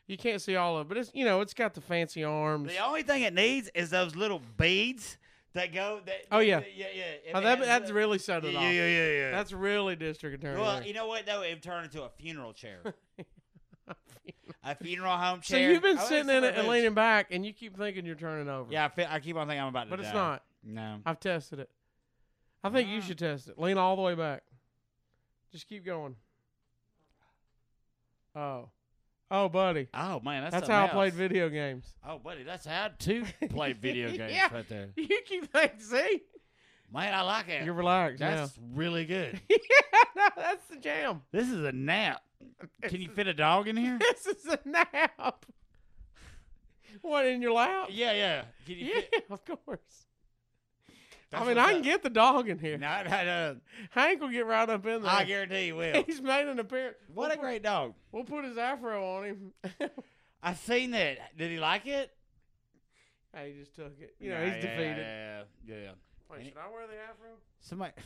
Speaker 1: you can't see all of, it, but it's you know it's got the fancy arms.
Speaker 2: The only thing it needs is those little beads that go. That,
Speaker 1: Oh, yeah.
Speaker 2: yeah, yeah.
Speaker 1: Oh, that, that's really set
Speaker 2: yeah,
Speaker 1: it
Speaker 2: yeah,
Speaker 1: off.
Speaker 2: yeah, yeah.
Speaker 1: That's really district attorney.
Speaker 2: well,
Speaker 1: there.
Speaker 2: you know what though? It turned into a funeral chair. A funeral home
Speaker 1: so
Speaker 2: chair.
Speaker 1: you've been
Speaker 2: I like
Speaker 1: sitting in
Speaker 2: summer
Speaker 1: it and
Speaker 2: boots.
Speaker 1: leaning back, and you keep thinking you're turning over.
Speaker 2: Yeah, I, fe- I keep on thinking I'm about to
Speaker 1: but it's
Speaker 2: die.
Speaker 1: not.
Speaker 2: No.
Speaker 1: I've tested it. I think you
Speaker 2: Ah.
Speaker 1: should test it. Lean all the way back. Just keep going. Oh, oh, buddy,
Speaker 2: Oh man, that's
Speaker 1: that's
Speaker 2: something
Speaker 1: how I
Speaker 2: else.
Speaker 1: played video games.
Speaker 2: Oh, buddy, that's how to play video games
Speaker 1: Yeah.
Speaker 2: right there.
Speaker 1: You keep thinking, see,
Speaker 2: Man, I like it.
Speaker 1: you're relaxed. now.
Speaker 2: that's really good.
Speaker 1: no, that's the jam.
Speaker 2: this is a nap. Can you fit a dog in here?
Speaker 1: This is a nap. What in your lap?
Speaker 2: yeah, yeah. Can you
Speaker 1: Yeah,
Speaker 2: fit-
Speaker 1: of course.
Speaker 2: That's
Speaker 1: I mean,
Speaker 2: what's
Speaker 1: I can
Speaker 2: up.
Speaker 1: get the dog in here.
Speaker 2: No, no, no.
Speaker 1: Hank will get right up in there.
Speaker 2: I guarantee you will.
Speaker 1: He's made an appearance.
Speaker 2: What
Speaker 1: we'll
Speaker 2: a great dog.
Speaker 1: Put, we'll put his afro on him.
Speaker 2: I seen that. Did he like it?
Speaker 1: hey, he just took it. You know,
Speaker 2: Nah,
Speaker 1: he's
Speaker 2: yeah,
Speaker 1: defeated.
Speaker 2: Yeah, yeah. yeah.
Speaker 1: Wait, should I wear the afro?
Speaker 2: Somebody.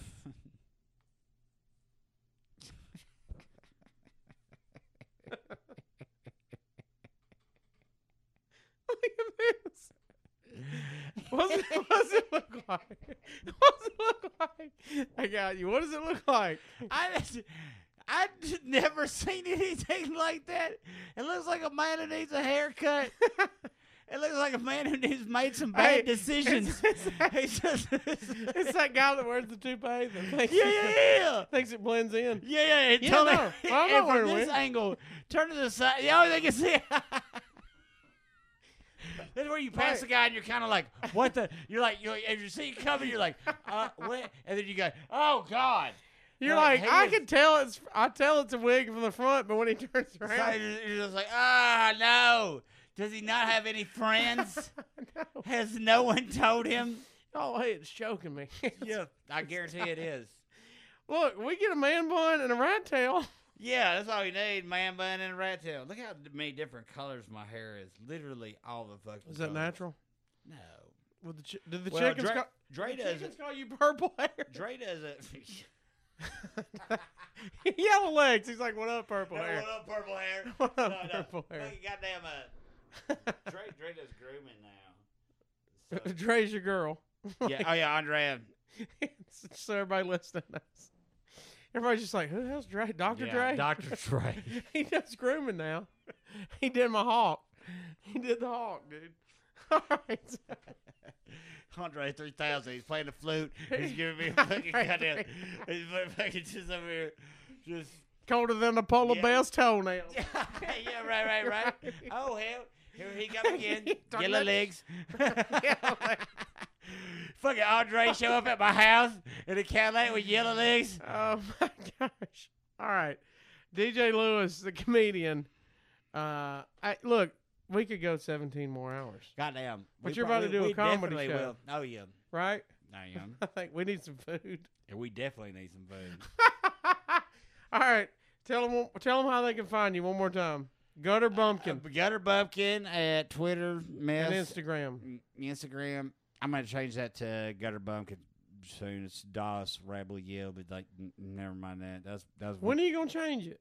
Speaker 1: Look at this. What's it, what's it look like? What's it look like? I got you. What does it look like?
Speaker 2: I I never seen anything like that. It looks like a man who needs a haircut. it looks like a man who needs made some bad
Speaker 1: Hey,
Speaker 2: decisions.
Speaker 1: it's-
Speaker 2: He's just-
Speaker 1: It's that guy that wears the toupee that thinks,
Speaker 2: yeah, yeah, yeah.
Speaker 1: thinks it blends in.
Speaker 2: Yeah, yeah, it
Speaker 1: Yeah,
Speaker 2: totally.
Speaker 1: no, I'm
Speaker 2: and
Speaker 1: not
Speaker 2: from
Speaker 1: wearing
Speaker 2: this
Speaker 1: it.
Speaker 2: angle, turn to the side. The only thing you see. That's where you pass
Speaker 1: Right.
Speaker 2: the guy and you're kind of like, what the? You're like, you're, as you see it coming, you're like, uh, what? And then you go, oh God.
Speaker 1: You're
Speaker 2: No,
Speaker 1: like,
Speaker 2: he
Speaker 1: I
Speaker 2: was-
Speaker 1: can tell it's I tell it's a wig from the front, but when he turns
Speaker 2: So you're
Speaker 1: around,
Speaker 2: just- you're just like, ah, no. Does he not have any friends?
Speaker 1: no.
Speaker 2: Has no one told him?
Speaker 1: oh, hey, it's choking me.
Speaker 2: Yeah, I guarantee it is.
Speaker 1: Look, we get a man bun and a rat tail.
Speaker 2: Yeah, that's all you need, man bun and a rat tail. Look how many different colors my hair is. Literally all the fucking
Speaker 1: Is that
Speaker 2: colors.
Speaker 1: natural?
Speaker 2: No.
Speaker 1: With the chi- did the
Speaker 2: well,
Speaker 1: chickens
Speaker 2: Dre,
Speaker 1: call,
Speaker 2: Dre
Speaker 1: the
Speaker 2: does
Speaker 1: chickens
Speaker 2: it.
Speaker 1: call you purple hair?
Speaker 2: Dre does it.
Speaker 1: Yellow legs. He's like, what up, purple
Speaker 2: What
Speaker 1: hair?
Speaker 2: up, purple hair?
Speaker 1: What up,
Speaker 2: No, no.
Speaker 1: purple hair?
Speaker 2: Look, Goddamn, uh, Dre, Dre does grooming now. So-
Speaker 1: Dre's your girl.
Speaker 2: yeah, oh yeah, Andrea.
Speaker 1: so everybody listening to us. Everybody's just like, who the hell's Dre? Dr. Dre?
Speaker 2: Doctor Dre.
Speaker 1: he does grooming now. He did my hawk. He did the hawk, dude. All right. so-
Speaker 2: Andre 3000. He's playing the flute. He's giving me a fucking goddamn. He's fucking- fucking just over here. Just.
Speaker 1: colder than a polar
Speaker 2: Yeah.
Speaker 1: bear's toenail.
Speaker 2: yeah, right, right, right. Oh, hell.
Speaker 3: Here he come again.
Speaker 1: Talking
Speaker 2: Yellow
Speaker 1: about-
Speaker 2: legs. Fucking Andre show up at my house in a Cadillac with yellow legs.
Speaker 1: Oh my gosh! All right, DJ Lewis, the comedian. Uh, I look, we could go 17 more hours,
Speaker 2: Goddamn.
Speaker 1: But
Speaker 2: We
Speaker 1: you're about to
Speaker 2: prob-
Speaker 1: do a
Speaker 2: we
Speaker 1: comedy
Speaker 2: definitely
Speaker 1: show.
Speaker 2: will. Oh yeah.
Speaker 1: right?
Speaker 2: No, yeah.
Speaker 1: I think we need some food.
Speaker 2: And we definitely need some food.
Speaker 1: All right, tell them tell them how they can find you one more time. Gutter Bumpkin
Speaker 2: Uh, Gutter Bumpkin at Twitter,
Speaker 1: and
Speaker 2: mess,
Speaker 1: Instagram.
Speaker 2: Instagram. I'm gonna change that to Gutter Bumpkin soon. It's DOS Rabble Yell, but like, n- never mind that. That's that's
Speaker 1: When are you gonna change it?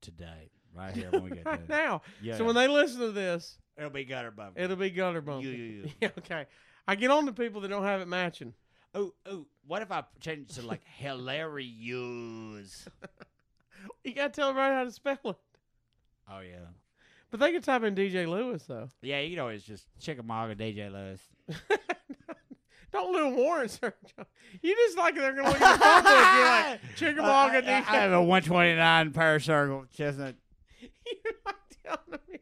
Speaker 2: today, right here when we get
Speaker 1: Right
Speaker 2: done.
Speaker 1: now.
Speaker 2: Yeah,
Speaker 1: So when they listen to this,
Speaker 2: it'll be Gutter Bumpkin.
Speaker 1: it'll be Gutter Bumpkin.
Speaker 2: yeah, yeah.
Speaker 1: okay. I get on to people that don't have it matching.
Speaker 2: oh oh, what if I change it to like hilarious?
Speaker 1: You gotta tell everybody how to spell it.
Speaker 2: Oh yeah,
Speaker 1: But they can type in DJ Lewis though.
Speaker 2: yeah. You can always just Chickamauga DJ Lewis.
Speaker 1: Don't do a warrant search. You just like they're gonna look at your phone book. You're like Chickamauga
Speaker 2: I, I- I have
Speaker 1: DJ.
Speaker 2: a 129 power circle chestnut.
Speaker 1: You're not telling me.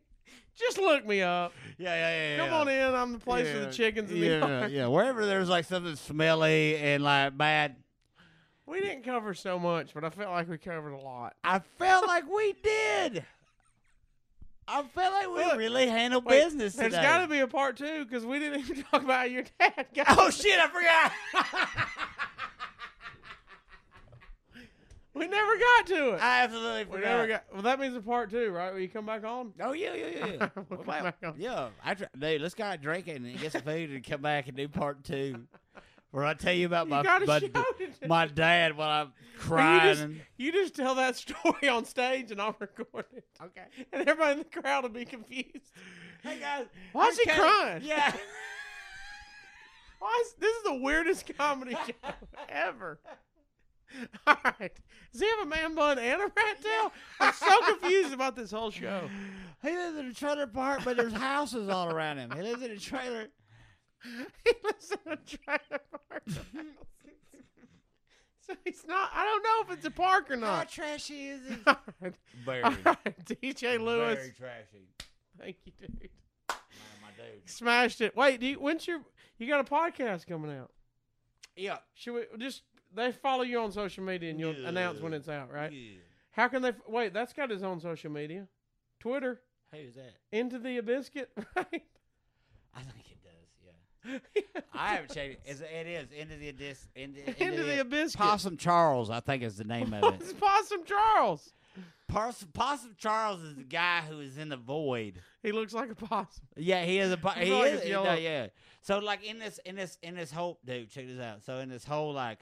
Speaker 1: Just look me up.
Speaker 2: Yeah, yeah, yeah.
Speaker 1: Come
Speaker 2: yeah.
Speaker 1: on in. I'm the place for
Speaker 2: Yeah,
Speaker 1: the chickens and
Speaker 2: yeah,
Speaker 1: the yard.
Speaker 2: Yeah, wherever there's like something smelly and like bad,
Speaker 1: We didn't cover so much, but I felt like we covered a lot.
Speaker 2: I felt like we did. I felt like we
Speaker 1: Look,
Speaker 2: really handled
Speaker 1: Wait,
Speaker 2: business
Speaker 1: There's
Speaker 2: today.
Speaker 1: got to be a part two because we didn't even talk about your dad. Guys.
Speaker 2: Oh shit! I forgot.
Speaker 1: we never got to it.
Speaker 2: I absolutely
Speaker 1: we
Speaker 2: forgot.
Speaker 1: never got. Well, that means a part two, right? Will you come back on?
Speaker 2: Oh yeah, yeah, yeah, yeah.
Speaker 1: We'll
Speaker 2: Well,
Speaker 1: come back on.
Speaker 2: yeah, I tr- dude, let's go out drinking and get some food and come back and do part two, where I tell you about my
Speaker 1: you got
Speaker 2: my,
Speaker 1: to show it.
Speaker 2: my dad while I'm
Speaker 1: you
Speaker 2: crying.
Speaker 1: just, you just tell that story on stage and I'll record it.
Speaker 2: okay.
Speaker 1: And everybody in the crowd will be confused.
Speaker 2: Hey guys,
Speaker 1: Why is
Speaker 2: I'm
Speaker 1: he
Speaker 2: kinda-
Speaker 1: crying?
Speaker 2: Yeah.
Speaker 1: Why is, this is the weirdest comedy show ever. All right. Does he have a man bun and a rat tail? I'm so confused about this whole show.
Speaker 2: He lives in a trailer park, but there's houses all around him. He lives in a trailer.
Speaker 1: He lives in a trailer park. so he's not, I don't know if it's a park or
Speaker 2: How
Speaker 1: not.
Speaker 2: trashy is he?
Speaker 1: All right.
Speaker 2: Very,
Speaker 1: All right. DJ Lewis.
Speaker 2: very trashy.
Speaker 1: Thank you, dude.
Speaker 2: My, my dude.
Speaker 1: Smashed it. Wait, do you, when's your, you got a podcast coming out?
Speaker 2: Yeah.
Speaker 1: Should we just, they follow you on social media and you'll
Speaker 2: Yeah.
Speaker 1: announce when it's out, right?
Speaker 2: Yeah.
Speaker 1: How can they? F- wait, that's got his own social media, Twitter,
Speaker 2: Who's that?
Speaker 1: into the abiscuit, right?
Speaker 2: I think it does. Yeah. I haven't checked it. It's, it is into the dis. Into, into,
Speaker 1: into the abiscuit.
Speaker 2: Possum Charles, I think is the name of
Speaker 1: It's
Speaker 2: it.
Speaker 1: Possum Charles.
Speaker 2: Possum, Possum Charles is the guy who is in the void.
Speaker 1: He looks like a possum.
Speaker 2: Yeah, he is a po-
Speaker 1: I
Speaker 2: he
Speaker 1: feel like
Speaker 2: is
Speaker 1: it's
Speaker 2: he-
Speaker 1: yellow.
Speaker 2: no, yeah. So like in this in this in this whole dude, check this out. So in this whole like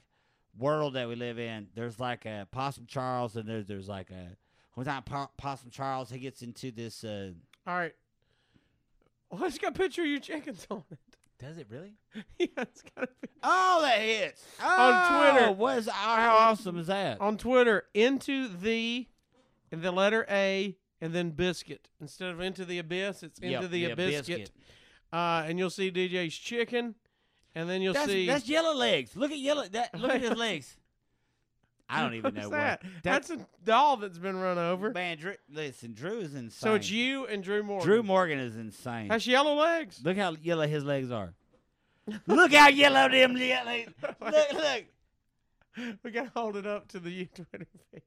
Speaker 2: world that we live in, there's like a possum Charles and there's there's like a one time po- possum Charles he gets into this. uh
Speaker 1: All right. Well, it's got a picture of your chickens on it.
Speaker 2: Does it really?
Speaker 1: yeah, it's got a pic-
Speaker 2: Oh, that hits
Speaker 1: On Twitter.
Speaker 2: Oh, What is how awesome is that?
Speaker 1: on Twitter into the and the letter A and then biscuit instead of into the abyss. It's into
Speaker 2: Yep,
Speaker 1: the
Speaker 2: yeah,
Speaker 1: abiscuit. Uh, and you'll see DJ's chicken, and then you'll
Speaker 2: That's,
Speaker 1: see
Speaker 2: that's yellow legs. Look at yellow. That look at his legs. I don't even
Speaker 1: What's
Speaker 2: know
Speaker 1: that?
Speaker 2: what.
Speaker 1: That's a doll that's been run over.
Speaker 2: man. Drew, listen, Drew is insane.
Speaker 1: So it's you and Drew Morgan.
Speaker 2: Drew Morgan is insane.
Speaker 1: That's yellow legs.
Speaker 2: Look how yellow his legs are. look how yellow them le- legs. Look, look.
Speaker 1: We gotta hold it up to the Twitter feed.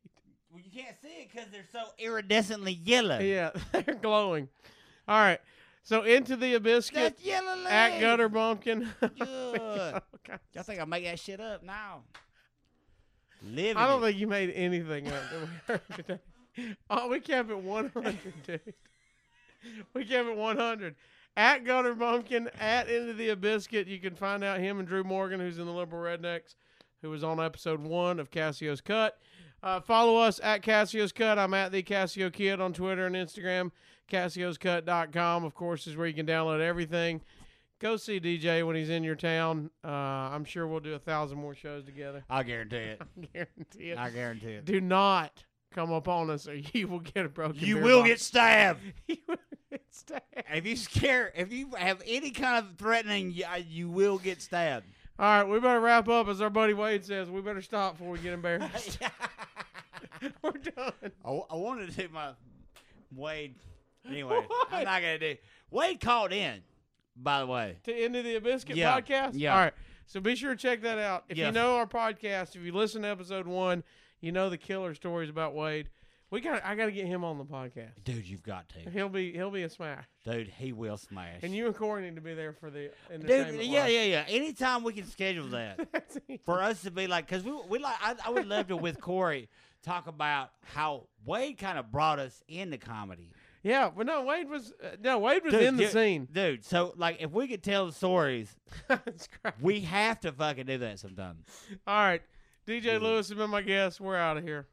Speaker 2: Well, you can't see it because they're so iridescently yellow.
Speaker 1: Yeah, they're glowing. All right. So into the abiscuit
Speaker 2: That's yellow legs.
Speaker 1: at Gutter Bumpkin. Oh,
Speaker 2: Good.
Speaker 1: Okay.
Speaker 2: Y'all think I make that shit up now? Living.
Speaker 1: I don't
Speaker 2: it.
Speaker 1: think you made anything up that we heard today. Oh, we kept it 100, dude. We kept it 100. At Gunner Bumpkin, at Into the Abiscuit, you can find out him and Drew Morgan, who's in the Liberal Rednecks, who was on episode one of Cassio's Cut. Uh, follow us at Cassio's Cut. I'm at the Cassio Kid on Twitter and Instagram. Cassio'sCut.com, of course, is where you can download everything. Go see DJ when he's in your town. Uh, I'm sure we'll do a thousand more shows together.
Speaker 2: I guarantee it.
Speaker 1: Guarantee it.
Speaker 2: I guarantee it.
Speaker 1: Do not come upon us, or you will get a broken.
Speaker 2: You
Speaker 1: beer
Speaker 2: will
Speaker 1: bottle.
Speaker 2: get stabbed.
Speaker 1: you will get stabbed.
Speaker 2: If you scare, if you have any kind of threatening, you, uh, you will get stabbed.
Speaker 1: All right, we better wrap up, as our buddy Wade says. We better stop before we get embarrassed.
Speaker 2: I,
Speaker 1: We're done.
Speaker 2: I wanted to do my Wade. Anyway, I'm not gonna do. Wade called in, by the way.
Speaker 1: to End of the Biscuit
Speaker 2: Yeah,
Speaker 1: podcast?
Speaker 2: yeah.
Speaker 1: All right. So be sure to check that out. If
Speaker 2: Yeah.
Speaker 1: you know our podcast, if you listen to episode one, you know the killer stories about Wade. We got I gotta get him on the podcast.
Speaker 2: Dude, you've got to.
Speaker 1: He'll be he'll be a smash.
Speaker 2: Dude, he will smash.
Speaker 1: And you and Corey need to be there for the entertainment.
Speaker 2: Dude, yeah,
Speaker 1: live.
Speaker 2: yeah, yeah. Anytime we can schedule that for us to be like, because we, we like, I, I would love to with Corey talk about how Wade kind of brought us into comedy.
Speaker 1: yeah, but no, Wade was uh, no Wade was
Speaker 2: Dude,
Speaker 1: in the
Speaker 2: you-
Speaker 1: scene.
Speaker 2: dude. So like, if we could tell the stories,
Speaker 1: That's great.
Speaker 2: we have to fucking do that sometime.
Speaker 1: All right, DJ Lewis has been my guest. We're out of here.